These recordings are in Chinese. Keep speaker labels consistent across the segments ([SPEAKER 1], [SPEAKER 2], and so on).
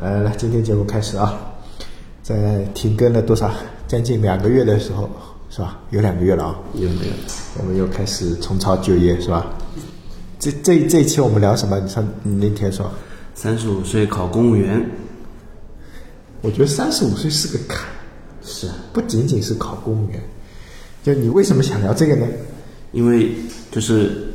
[SPEAKER 1] 呃今天节目开始啊，在停更了多少将近两个月的时候，是吧？有两个月了啊，
[SPEAKER 2] 有没有？
[SPEAKER 1] 我们又开始重操旧业，是吧？这这这一期我们聊什么？你上你那天说，
[SPEAKER 2] 三十五岁考公务员，
[SPEAKER 1] 我觉得三十五岁是个坎，
[SPEAKER 2] 是啊，
[SPEAKER 1] 不仅仅是考公务员。就你为什么想聊这个呢？
[SPEAKER 2] 因为就是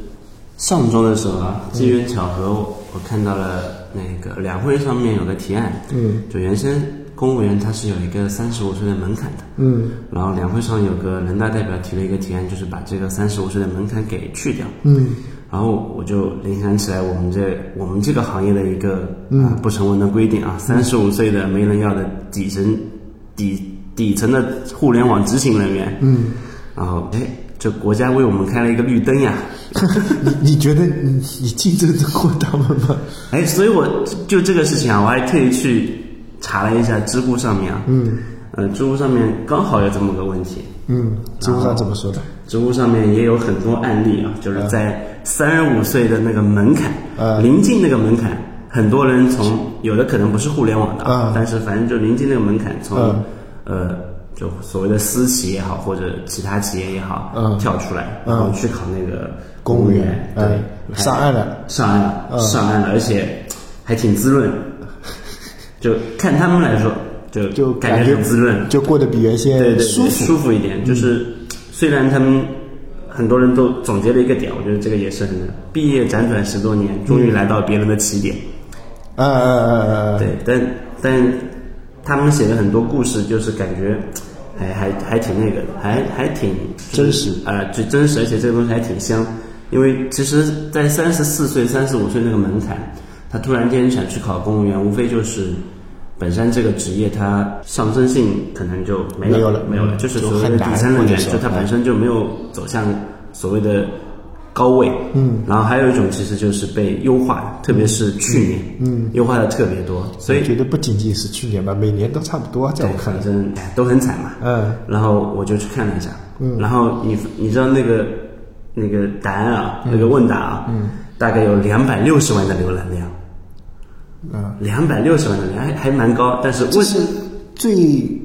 [SPEAKER 2] 上周的时候
[SPEAKER 1] 嗯
[SPEAKER 2] 啊，机缘巧合，我我看到了那个两会上面有个提案，
[SPEAKER 1] 嗯，
[SPEAKER 2] 就原先公务员他是有一个三十五岁的门槛的，
[SPEAKER 1] 嗯
[SPEAKER 2] 然后两会上有个人大代表提了一个提案，就是把这个三十五岁的门槛给去掉，
[SPEAKER 1] 嗯
[SPEAKER 2] 然后我就联想起来我们这我们这个行业的一个啊、
[SPEAKER 1] 嗯
[SPEAKER 2] 不成文的规定啊，三十五岁的没人要的底层底底层的互联网执行人员，
[SPEAKER 1] 嗯，
[SPEAKER 2] 然后哎，这国家为我们开了一个绿灯呀，
[SPEAKER 1] 你你觉得你你竞争得过他们吗？
[SPEAKER 2] 哎，所以我就这个事情啊，我还特意去查了一下知乎上面啊，
[SPEAKER 1] 嗯，
[SPEAKER 2] 呃，知乎上面刚好有这么个问题，
[SPEAKER 1] 嗯，知乎上怎么说的？
[SPEAKER 2] 知乎上面也有很多案例啊，就是在三十五岁的那个门槛，
[SPEAKER 1] 嗯
[SPEAKER 2] 临近那个门槛，很多人从有的可能不是互联网的啊，
[SPEAKER 1] 嗯
[SPEAKER 2] 但是反正就临近那个门槛，从、
[SPEAKER 1] 嗯
[SPEAKER 2] 呃就所谓的私企也好，或者其他企业也好，
[SPEAKER 1] 嗯
[SPEAKER 2] 跳出来，
[SPEAKER 1] 嗯
[SPEAKER 2] 然后去考那个
[SPEAKER 1] 公
[SPEAKER 2] 务
[SPEAKER 1] 务
[SPEAKER 2] 员
[SPEAKER 1] 员，，
[SPEAKER 2] 对，
[SPEAKER 1] 嗯，
[SPEAKER 2] 还
[SPEAKER 1] 上岸了。
[SPEAKER 2] 上岸了，
[SPEAKER 1] 嗯
[SPEAKER 2] 上岸了，而且还挺滋润，就看他们来说，就
[SPEAKER 1] 就
[SPEAKER 2] 感觉很滋润，
[SPEAKER 1] 就过得比原
[SPEAKER 2] 对对
[SPEAKER 1] 先
[SPEAKER 2] 对
[SPEAKER 1] 舒服。嗯
[SPEAKER 2] 舒服一点。就是虽然他们很多人都总结了一个点，我觉得这个也是很毕业辗转十多年，终于来到别人的起点。
[SPEAKER 1] 嗯嗯嗯嗯嗯，
[SPEAKER 2] 对，但但他们写的很多故事，就是感觉还还还挺那个的，还还挺
[SPEAKER 1] 真实
[SPEAKER 2] 啊，就真实，而且这个东西还挺香。因为其实，在三十四岁、三十五岁那个门槛，他突然间想去考公务员，无非就是本身这个职业它上升性可能就没
[SPEAKER 1] 没有
[SPEAKER 2] 了
[SPEAKER 1] 了，
[SPEAKER 2] 没有了，
[SPEAKER 1] 嗯
[SPEAKER 2] 就是
[SPEAKER 1] 就
[SPEAKER 2] 所谓的
[SPEAKER 1] 很
[SPEAKER 2] 底
[SPEAKER 1] 难
[SPEAKER 2] 层人
[SPEAKER 1] 或者
[SPEAKER 2] 员，
[SPEAKER 1] 说
[SPEAKER 2] 就它本身就没有走向所谓的高位。
[SPEAKER 1] 嗯，
[SPEAKER 2] 然后还有一种其实就是被优化的，特别是去年，嗯，优化的特别多，所以
[SPEAKER 1] 觉得不仅仅是去年吧，每年都差不多，嗯啊在我看
[SPEAKER 2] 反
[SPEAKER 1] 来。
[SPEAKER 2] 正哎都很惨嘛。
[SPEAKER 1] 嗯
[SPEAKER 2] 然后我就去看了一下，
[SPEAKER 1] 嗯
[SPEAKER 2] 然后你你知道那个那个答案啊，
[SPEAKER 1] 嗯
[SPEAKER 2] 那个问答啊，大概有两百六十万的浏览量，
[SPEAKER 1] 嗯，
[SPEAKER 2] 两百六十万的量还还蛮高，但是
[SPEAKER 1] 这
[SPEAKER 2] 问
[SPEAKER 1] 是最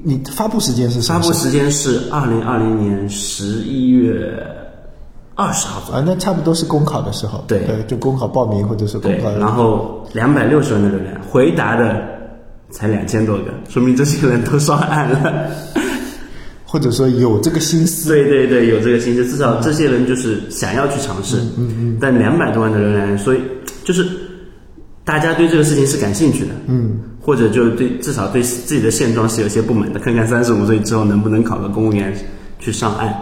[SPEAKER 1] 你发布时间是什
[SPEAKER 2] 发
[SPEAKER 1] 么时
[SPEAKER 2] 布
[SPEAKER 1] 候
[SPEAKER 2] 时间是二零二零年十一月二十号左右。
[SPEAKER 1] 啊，那差不多是公考的时候。
[SPEAKER 2] 对
[SPEAKER 1] 对，就公考报名或者是公
[SPEAKER 2] 对，
[SPEAKER 1] 考。
[SPEAKER 2] 然后两百六十万的浏览，回答的才两千多个，说明这些人都上岸了。
[SPEAKER 1] 或者说有这个心思，
[SPEAKER 2] 对对对，有这个心思，至少这些人就是想要去尝试。嗯嗯。但两百多万的浏览，所以就是大家对这个事情是感兴趣的。嗯。或者就对，至少对自己的现状是有些不满的，看看三十五岁之后能不能考个公务员去上岸。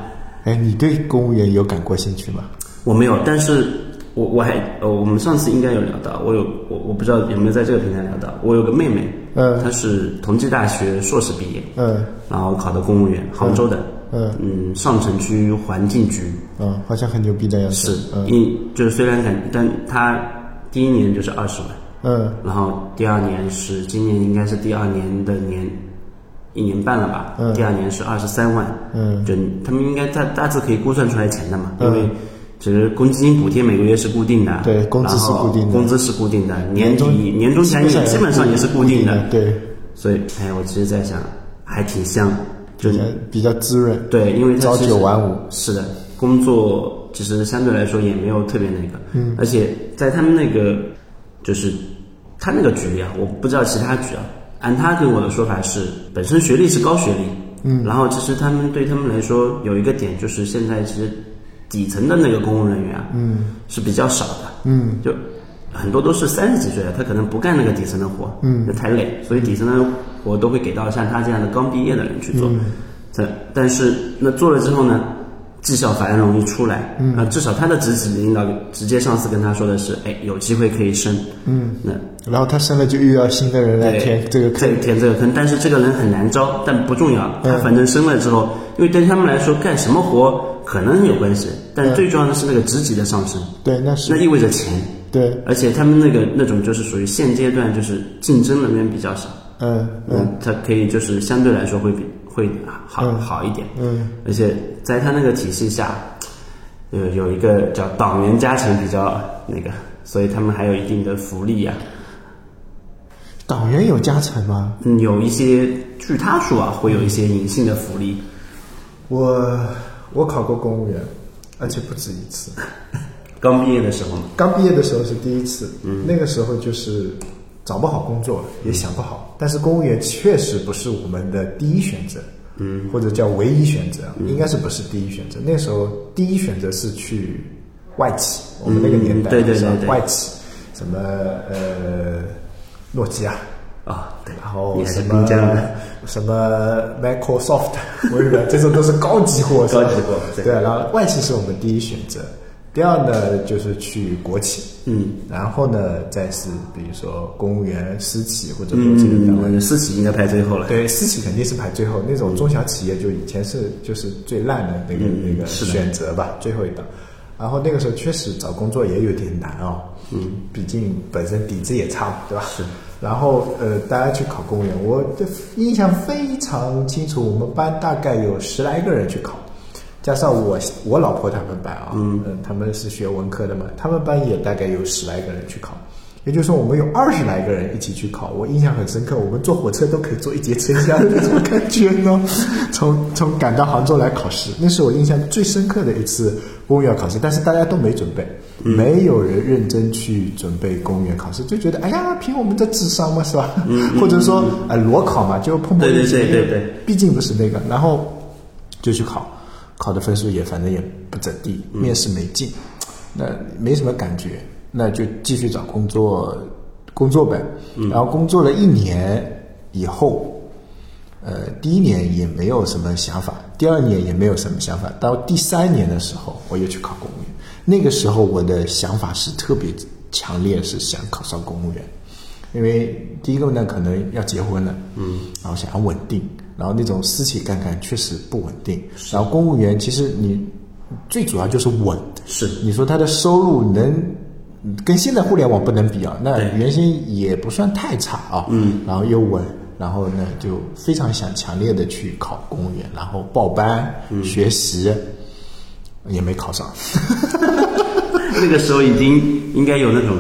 [SPEAKER 1] 哎，你对公务员有感过兴趣吗？
[SPEAKER 2] 我没有，但是我我还呃，我们上次应该有聊到，我有我我不知道有没有在这个平台聊到，我有个妹妹，
[SPEAKER 1] 嗯
[SPEAKER 2] 她是同济大学硕士毕业，
[SPEAKER 1] 嗯
[SPEAKER 2] 然后考的公务员，杭州的，
[SPEAKER 1] 嗯
[SPEAKER 2] 嗯，上城区环境局
[SPEAKER 1] 嗯，好像很牛逼的样
[SPEAKER 2] 是
[SPEAKER 1] 子。嗯
[SPEAKER 2] 一、就是虽然感，但她第一年就是二十万，
[SPEAKER 1] 嗯
[SPEAKER 2] 然后第二年是今年应该是第二年的年一年半了吧，
[SPEAKER 1] 嗯
[SPEAKER 2] 第二年是二十三万，
[SPEAKER 1] 嗯
[SPEAKER 2] 就他们应该大大致可以估算出来钱的嘛，
[SPEAKER 1] 嗯
[SPEAKER 2] 因为其实公积金补贴每个月是固定的，
[SPEAKER 1] 对工资是固定的
[SPEAKER 2] 然后工资是固定的，年
[SPEAKER 1] 年
[SPEAKER 2] 底
[SPEAKER 1] 终
[SPEAKER 2] 年终奖金基本上也是固定的，
[SPEAKER 1] 对，
[SPEAKER 2] 所以哎，我其实在想还挺香，就
[SPEAKER 1] 比较比较滋润。
[SPEAKER 2] 对，因为它
[SPEAKER 1] 朝
[SPEAKER 2] 其实
[SPEAKER 1] 九晚五
[SPEAKER 2] 是的，工作其实相对来说也没有特别那个，嗯，而且在他们那个就是他那个局里啊，我不知道其他局啊，按他给我的说法是，本身学历是高学历，嗯，然后其实他们对他们来说有一个点就是现在其实底层的那个公务人员啊，嗯，是比较少的，
[SPEAKER 1] 嗯，
[SPEAKER 2] 就很多都是三十几岁了，啊他可能不干那个底层的活，嗯，那太累，所以底层的活都会给到像他这样的刚毕业的人去做。但但是那做了之后呢，绩效反而容易出来。嗯，啊，至少他的直级领导直接上司跟他说的是，哎，有机会可以升。嗯，那
[SPEAKER 1] 然后他生了就又要新的人来
[SPEAKER 2] 对
[SPEAKER 1] 填这个
[SPEAKER 2] 再
[SPEAKER 1] 坑。
[SPEAKER 2] 填这个坑，但是这个人很难招，但不重要，他反正升了之后，因为对他们来说干什么活可能有关系，但最重要的是那个职级的上升，
[SPEAKER 1] 对，那是
[SPEAKER 2] 那意味着钱。
[SPEAKER 1] 对，
[SPEAKER 2] 而且他们那个那种就是属于现阶段就是竞争人员比较少，
[SPEAKER 1] 嗯嗯
[SPEAKER 2] 嗯，它可以就是相对来说会比会好、好一点，
[SPEAKER 1] 嗯，
[SPEAKER 2] 而且在他那个体系下，有有一个叫党啊员加成比较那个，所以他们还有一定的福利呀、
[SPEAKER 1] 党员有加成吗？
[SPEAKER 2] 嗯，有一些据他说啊，会有一些隐性的福利。
[SPEAKER 1] 我我考过公务员，而且不止一次。
[SPEAKER 2] 刚毕业的时候嘛，
[SPEAKER 1] 刚毕业的时候是第一次，
[SPEAKER 2] 嗯
[SPEAKER 1] 那个时候就是找不好工作，也想不好。但是公务员确实不是我们的第一选择，嗯，或者叫唯一选择，
[SPEAKER 2] 嗯
[SPEAKER 1] 应该是不是第一选择？那时候第一选择是去外企，我们那个年代
[SPEAKER 2] 嗯对对
[SPEAKER 1] 是
[SPEAKER 2] 对对
[SPEAKER 1] 外企，什么呃诺基亚。
[SPEAKER 2] 啊，对，
[SPEAKER 1] 然后
[SPEAKER 2] 你还
[SPEAKER 1] 什
[SPEAKER 2] 是
[SPEAKER 1] 么
[SPEAKER 2] 滨江的，
[SPEAKER 1] 什么 Microsoft、微 软，这种都是高级货，是吧
[SPEAKER 2] 高级货对
[SPEAKER 1] 对啊。然后外企是我们第一选择，第二呢就是去国企，
[SPEAKER 2] 嗯，
[SPEAKER 1] 然后呢再是比如说公务员、私企或者国
[SPEAKER 2] 嗯
[SPEAKER 1] 企的单位。
[SPEAKER 2] 嗯，私企应该排最后了。
[SPEAKER 1] 对，私企肯定是排最后，那种中小企业就以前是就是最烂的那个、
[SPEAKER 2] 嗯
[SPEAKER 1] 那个
[SPEAKER 2] 是的
[SPEAKER 1] 选择吧，最后一档。然后那个时候确实找工作也有点难哦，嗯，毕竟本身底子也差嘛，对吧？
[SPEAKER 2] 是。
[SPEAKER 1] 然后呃，大家去考公务员，我的印象非常清楚，我们班大概有十来个人去考，加上我我老婆他们班啊、嗯、他们是学文科的嘛，他们班也大概有十来个人去考。也就是说，我们有二十来个人一起去考，我印象很深刻。我们坐火车都可以坐一节车厢的那种感觉呢。 从从赶到杭州来考试，那是我印象最深刻的一次公务员考试。但是大家都没准备，
[SPEAKER 2] 嗯
[SPEAKER 1] 没有人认真去准备公务员考试，就觉得哎呀，凭我们的智商嘛，是吧？ 或者说呃裸考嘛，就碰碰
[SPEAKER 2] 嗯对对
[SPEAKER 1] 运气
[SPEAKER 2] 对对对
[SPEAKER 1] 毕竟不是那个，然后就去考，考的分数也反正也不怎地，面试没进，那没什么感觉，那就继续找工作，工作呗。然后工作了一年以后，呃，第一年也没有什么想法，第二年也没有什么想法，到第三年的时候，我又去考公务员。那个时候我的想法是特别强烈，是想考上公务员，因为第一个呢，可能要结婚了，嗯，然后想要稳定，然后那种私企干干确实不稳定，然后公务员其实你最主要就是稳，
[SPEAKER 2] 是
[SPEAKER 1] 你说他的收入能嗯跟现在互联网不能比啊，那
[SPEAKER 2] 对
[SPEAKER 1] 原先也不算太差啊，嗯，然后又稳，然后呢就非常想强烈的去考公务员，然后报班、学习，也没考上，
[SPEAKER 2] 那个时候已经应该有那种，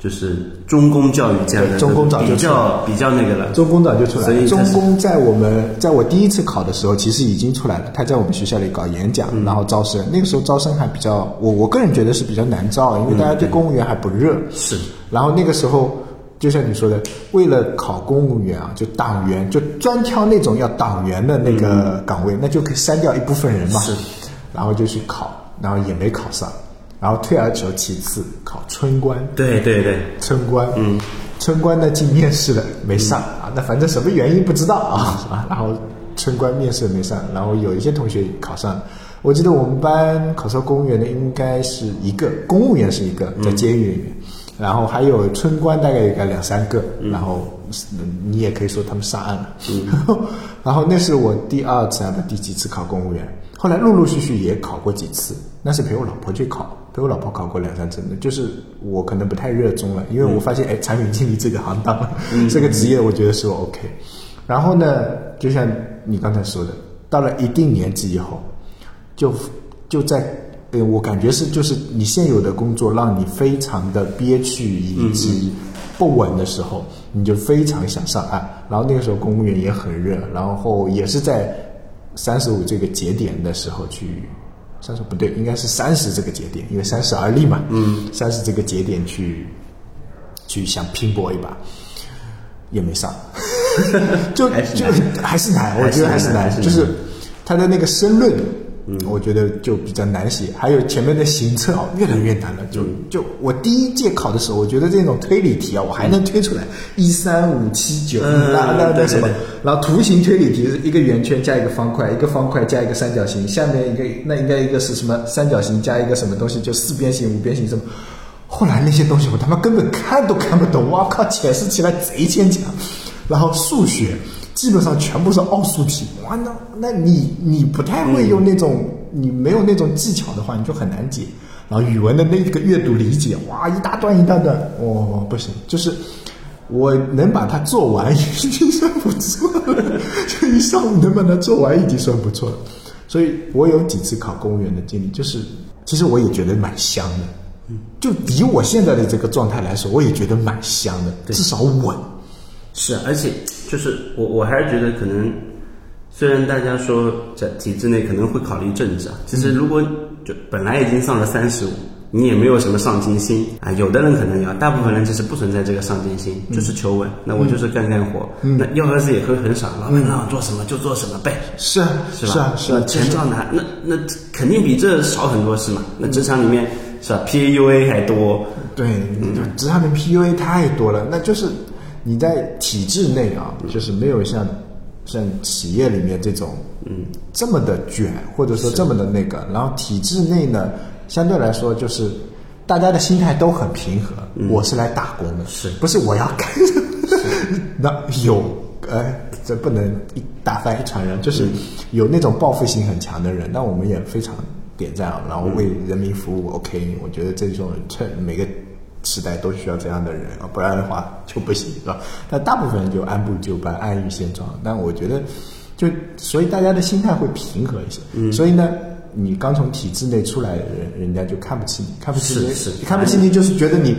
[SPEAKER 2] 就是中公教育这样的
[SPEAKER 1] 对中公早就
[SPEAKER 2] 比较比较那个了。
[SPEAKER 1] 中公早就出来
[SPEAKER 2] 所以
[SPEAKER 1] 了。
[SPEAKER 2] 这
[SPEAKER 1] 中
[SPEAKER 2] 是
[SPEAKER 1] 公在我们在我第一次考的时候，其实已经出来了。他在我们学校里搞演讲，
[SPEAKER 2] 嗯
[SPEAKER 1] 然后招生。那个时候招生还比较，我我个人觉得是比较难招，因为大家对公务员还不热。
[SPEAKER 2] 是，
[SPEAKER 1] 然后那个时候，就像你说的，为了考公务员啊，就党员就专挑那种要党员的那个岗位，那就可以删掉一部分人嘛。
[SPEAKER 2] 嗯是，
[SPEAKER 1] 然后就去考，然后也没考上，然后退而求其次考村官。
[SPEAKER 2] 对对对，
[SPEAKER 1] 村官，嗯，村官呢进面试了没上、啊，那反正什么原因不知道啊，啊 然后村官面试没上，然后有一些同学考上了，我记得我们班考上公务员的应该是一个，公务员是一个，在监狱里面。然后还有村官，大概有个两三个，然后嗯你也可以说他们上岸了。 然后那是我第二次还是第几次考公务员，后来陆陆续续也考过几次，那是陪我老婆去考，陪我老婆考过两三次的，就是我可能不太热衷了，因为我发现哎，产品经理这个行当，这个职业我觉得是我 OK。然后呢，就像你刚才说的，到了一定年纪以后，就就在。呃，我感觉是就是你现有的工作让你非常的憋屈以
[SPEAKER 2] 嗯
[SPEAKER 1] 及不稳的时候，你就非常想上岸。然后那个时候公务员也很热，然后也是在三十五这个节点的时候去，三十不对，应该是三十这个节点，因为三十而立嘛，嗯，三十这个节点去去想拼搏一把，也没上， 就
[SPEAKER 2] 还是
[SPEAKER 1] 就
[SPEAKER 2] 难
[SPEAKER 1] 还是难，我
[SPEAKER 2] 还是
[SPEAKER 1] 觉得还
[SPEAKER 2] 难
[SPEAKER 1] 是
[SPEAKER 2] 还
[SPEAKER 1] 难，
[SPEAKER 2] 是
[SPEAKER 1] 就是
[SPEAKER 2] 难
[SPEAKER 1] 他的那个申论，嗯，我觉得就比较难写，还有前面的行测啊，越来越难了。就
[SPEAKER 2] 嗯
[SPEAKER 1] 就我第一届考的时候，我觉得这种推理题啊，我还能推出来，一三五七九，
[SPEAKER 2] 嗯
[SPEAKER 1] 那那
[SPEAKER 2] 对
[SPEAKER 1] 那
[SPEAKER 2] 对
[SPEAKER 1] 什么
[SPEAKER 2] 对，
[SPEAKER 1] 然后图形推理题是一个圆圈加一个方块，一个方块加一个三角形，下面一个那应该一个是什么三角形加一个什么东西，就四边形、五边形什么。后来那些东西我他妈根本看都看不懂，我靠，解释起来贼牵强。然后数学基本上全部是奥数题，哇，那那你你不太会用那种、你没有那种技巧的话，你就很难解。然后语文的那个阅读理解，哇，一大段一大段，哦，不行，就是我能把它做完已经算不错了，就一上午能把它做完已经算不错了。所以我有几次考公务员的经历，就是其实我也觉得蛮香嗯的，就以我现在的这个状态来说，我也觉得蛮香的，至少稳。
[SPEAKER 2] 是，而且就是我我还是觉得可能，虽然大家说在体制内可能会考虑政治啊，其实如果就本来已经上了三十五，你也没有什么上进心啊，有的人可能有，大部分人其实不存在这个上进心，
[SPEAKER 1] 嗯
[SPEAKER 2] 就是求稳，那我就是干干活，那要喝死也喝很少，老板让我做什么就做什么呗。
[SPEAKER 1] 是啊，
[SPEAKER 2] 是
[SPEAKER 1] 是
[SPEAKER 2] 吧
[SPEAKER 1] 啊，？是啊，
[SPEAKER 2] 那钱照拿，那那肯定比这少很多是吗？那职场里面是吧，PUA 还多，
[SPEAKER 1] 对，就职场里 PUA 太多了，那就是你在体制内啊，就是没有像像企业里面这种，嗯，这么的卷，或者说这么的那个。然后体制内呢，相对来说就是大家的心态都很平和，我是来打工的，
[SPEAKER 2] 是
[SPEAKER 1] 不是我要干什么？那有，哎，这不能一打翻一船人，就是
[SPEAKER 2] 嗯
[SPEAKER 1] 有那种报复心很强的人，那我们也非常点赞啊，然
[SPEAKER 2] 嗯
[SPEAKER 1] 后为人民服务。OK，我觉得这种趁每个时代都需要这样的人啊，不然的话就不行了。但大部分人就按部就班，安于现状。但我觉得就，所以大家的心态会平和一些。
[SPEAKER 2] 嗯
[SPEAKER 1] 所以呢。你刚从体制内出来的人，人家就看不起你，看不起你，
[SPEAKER 2] 是是
[SPEAKER 1] 看不起你，就是觉得你，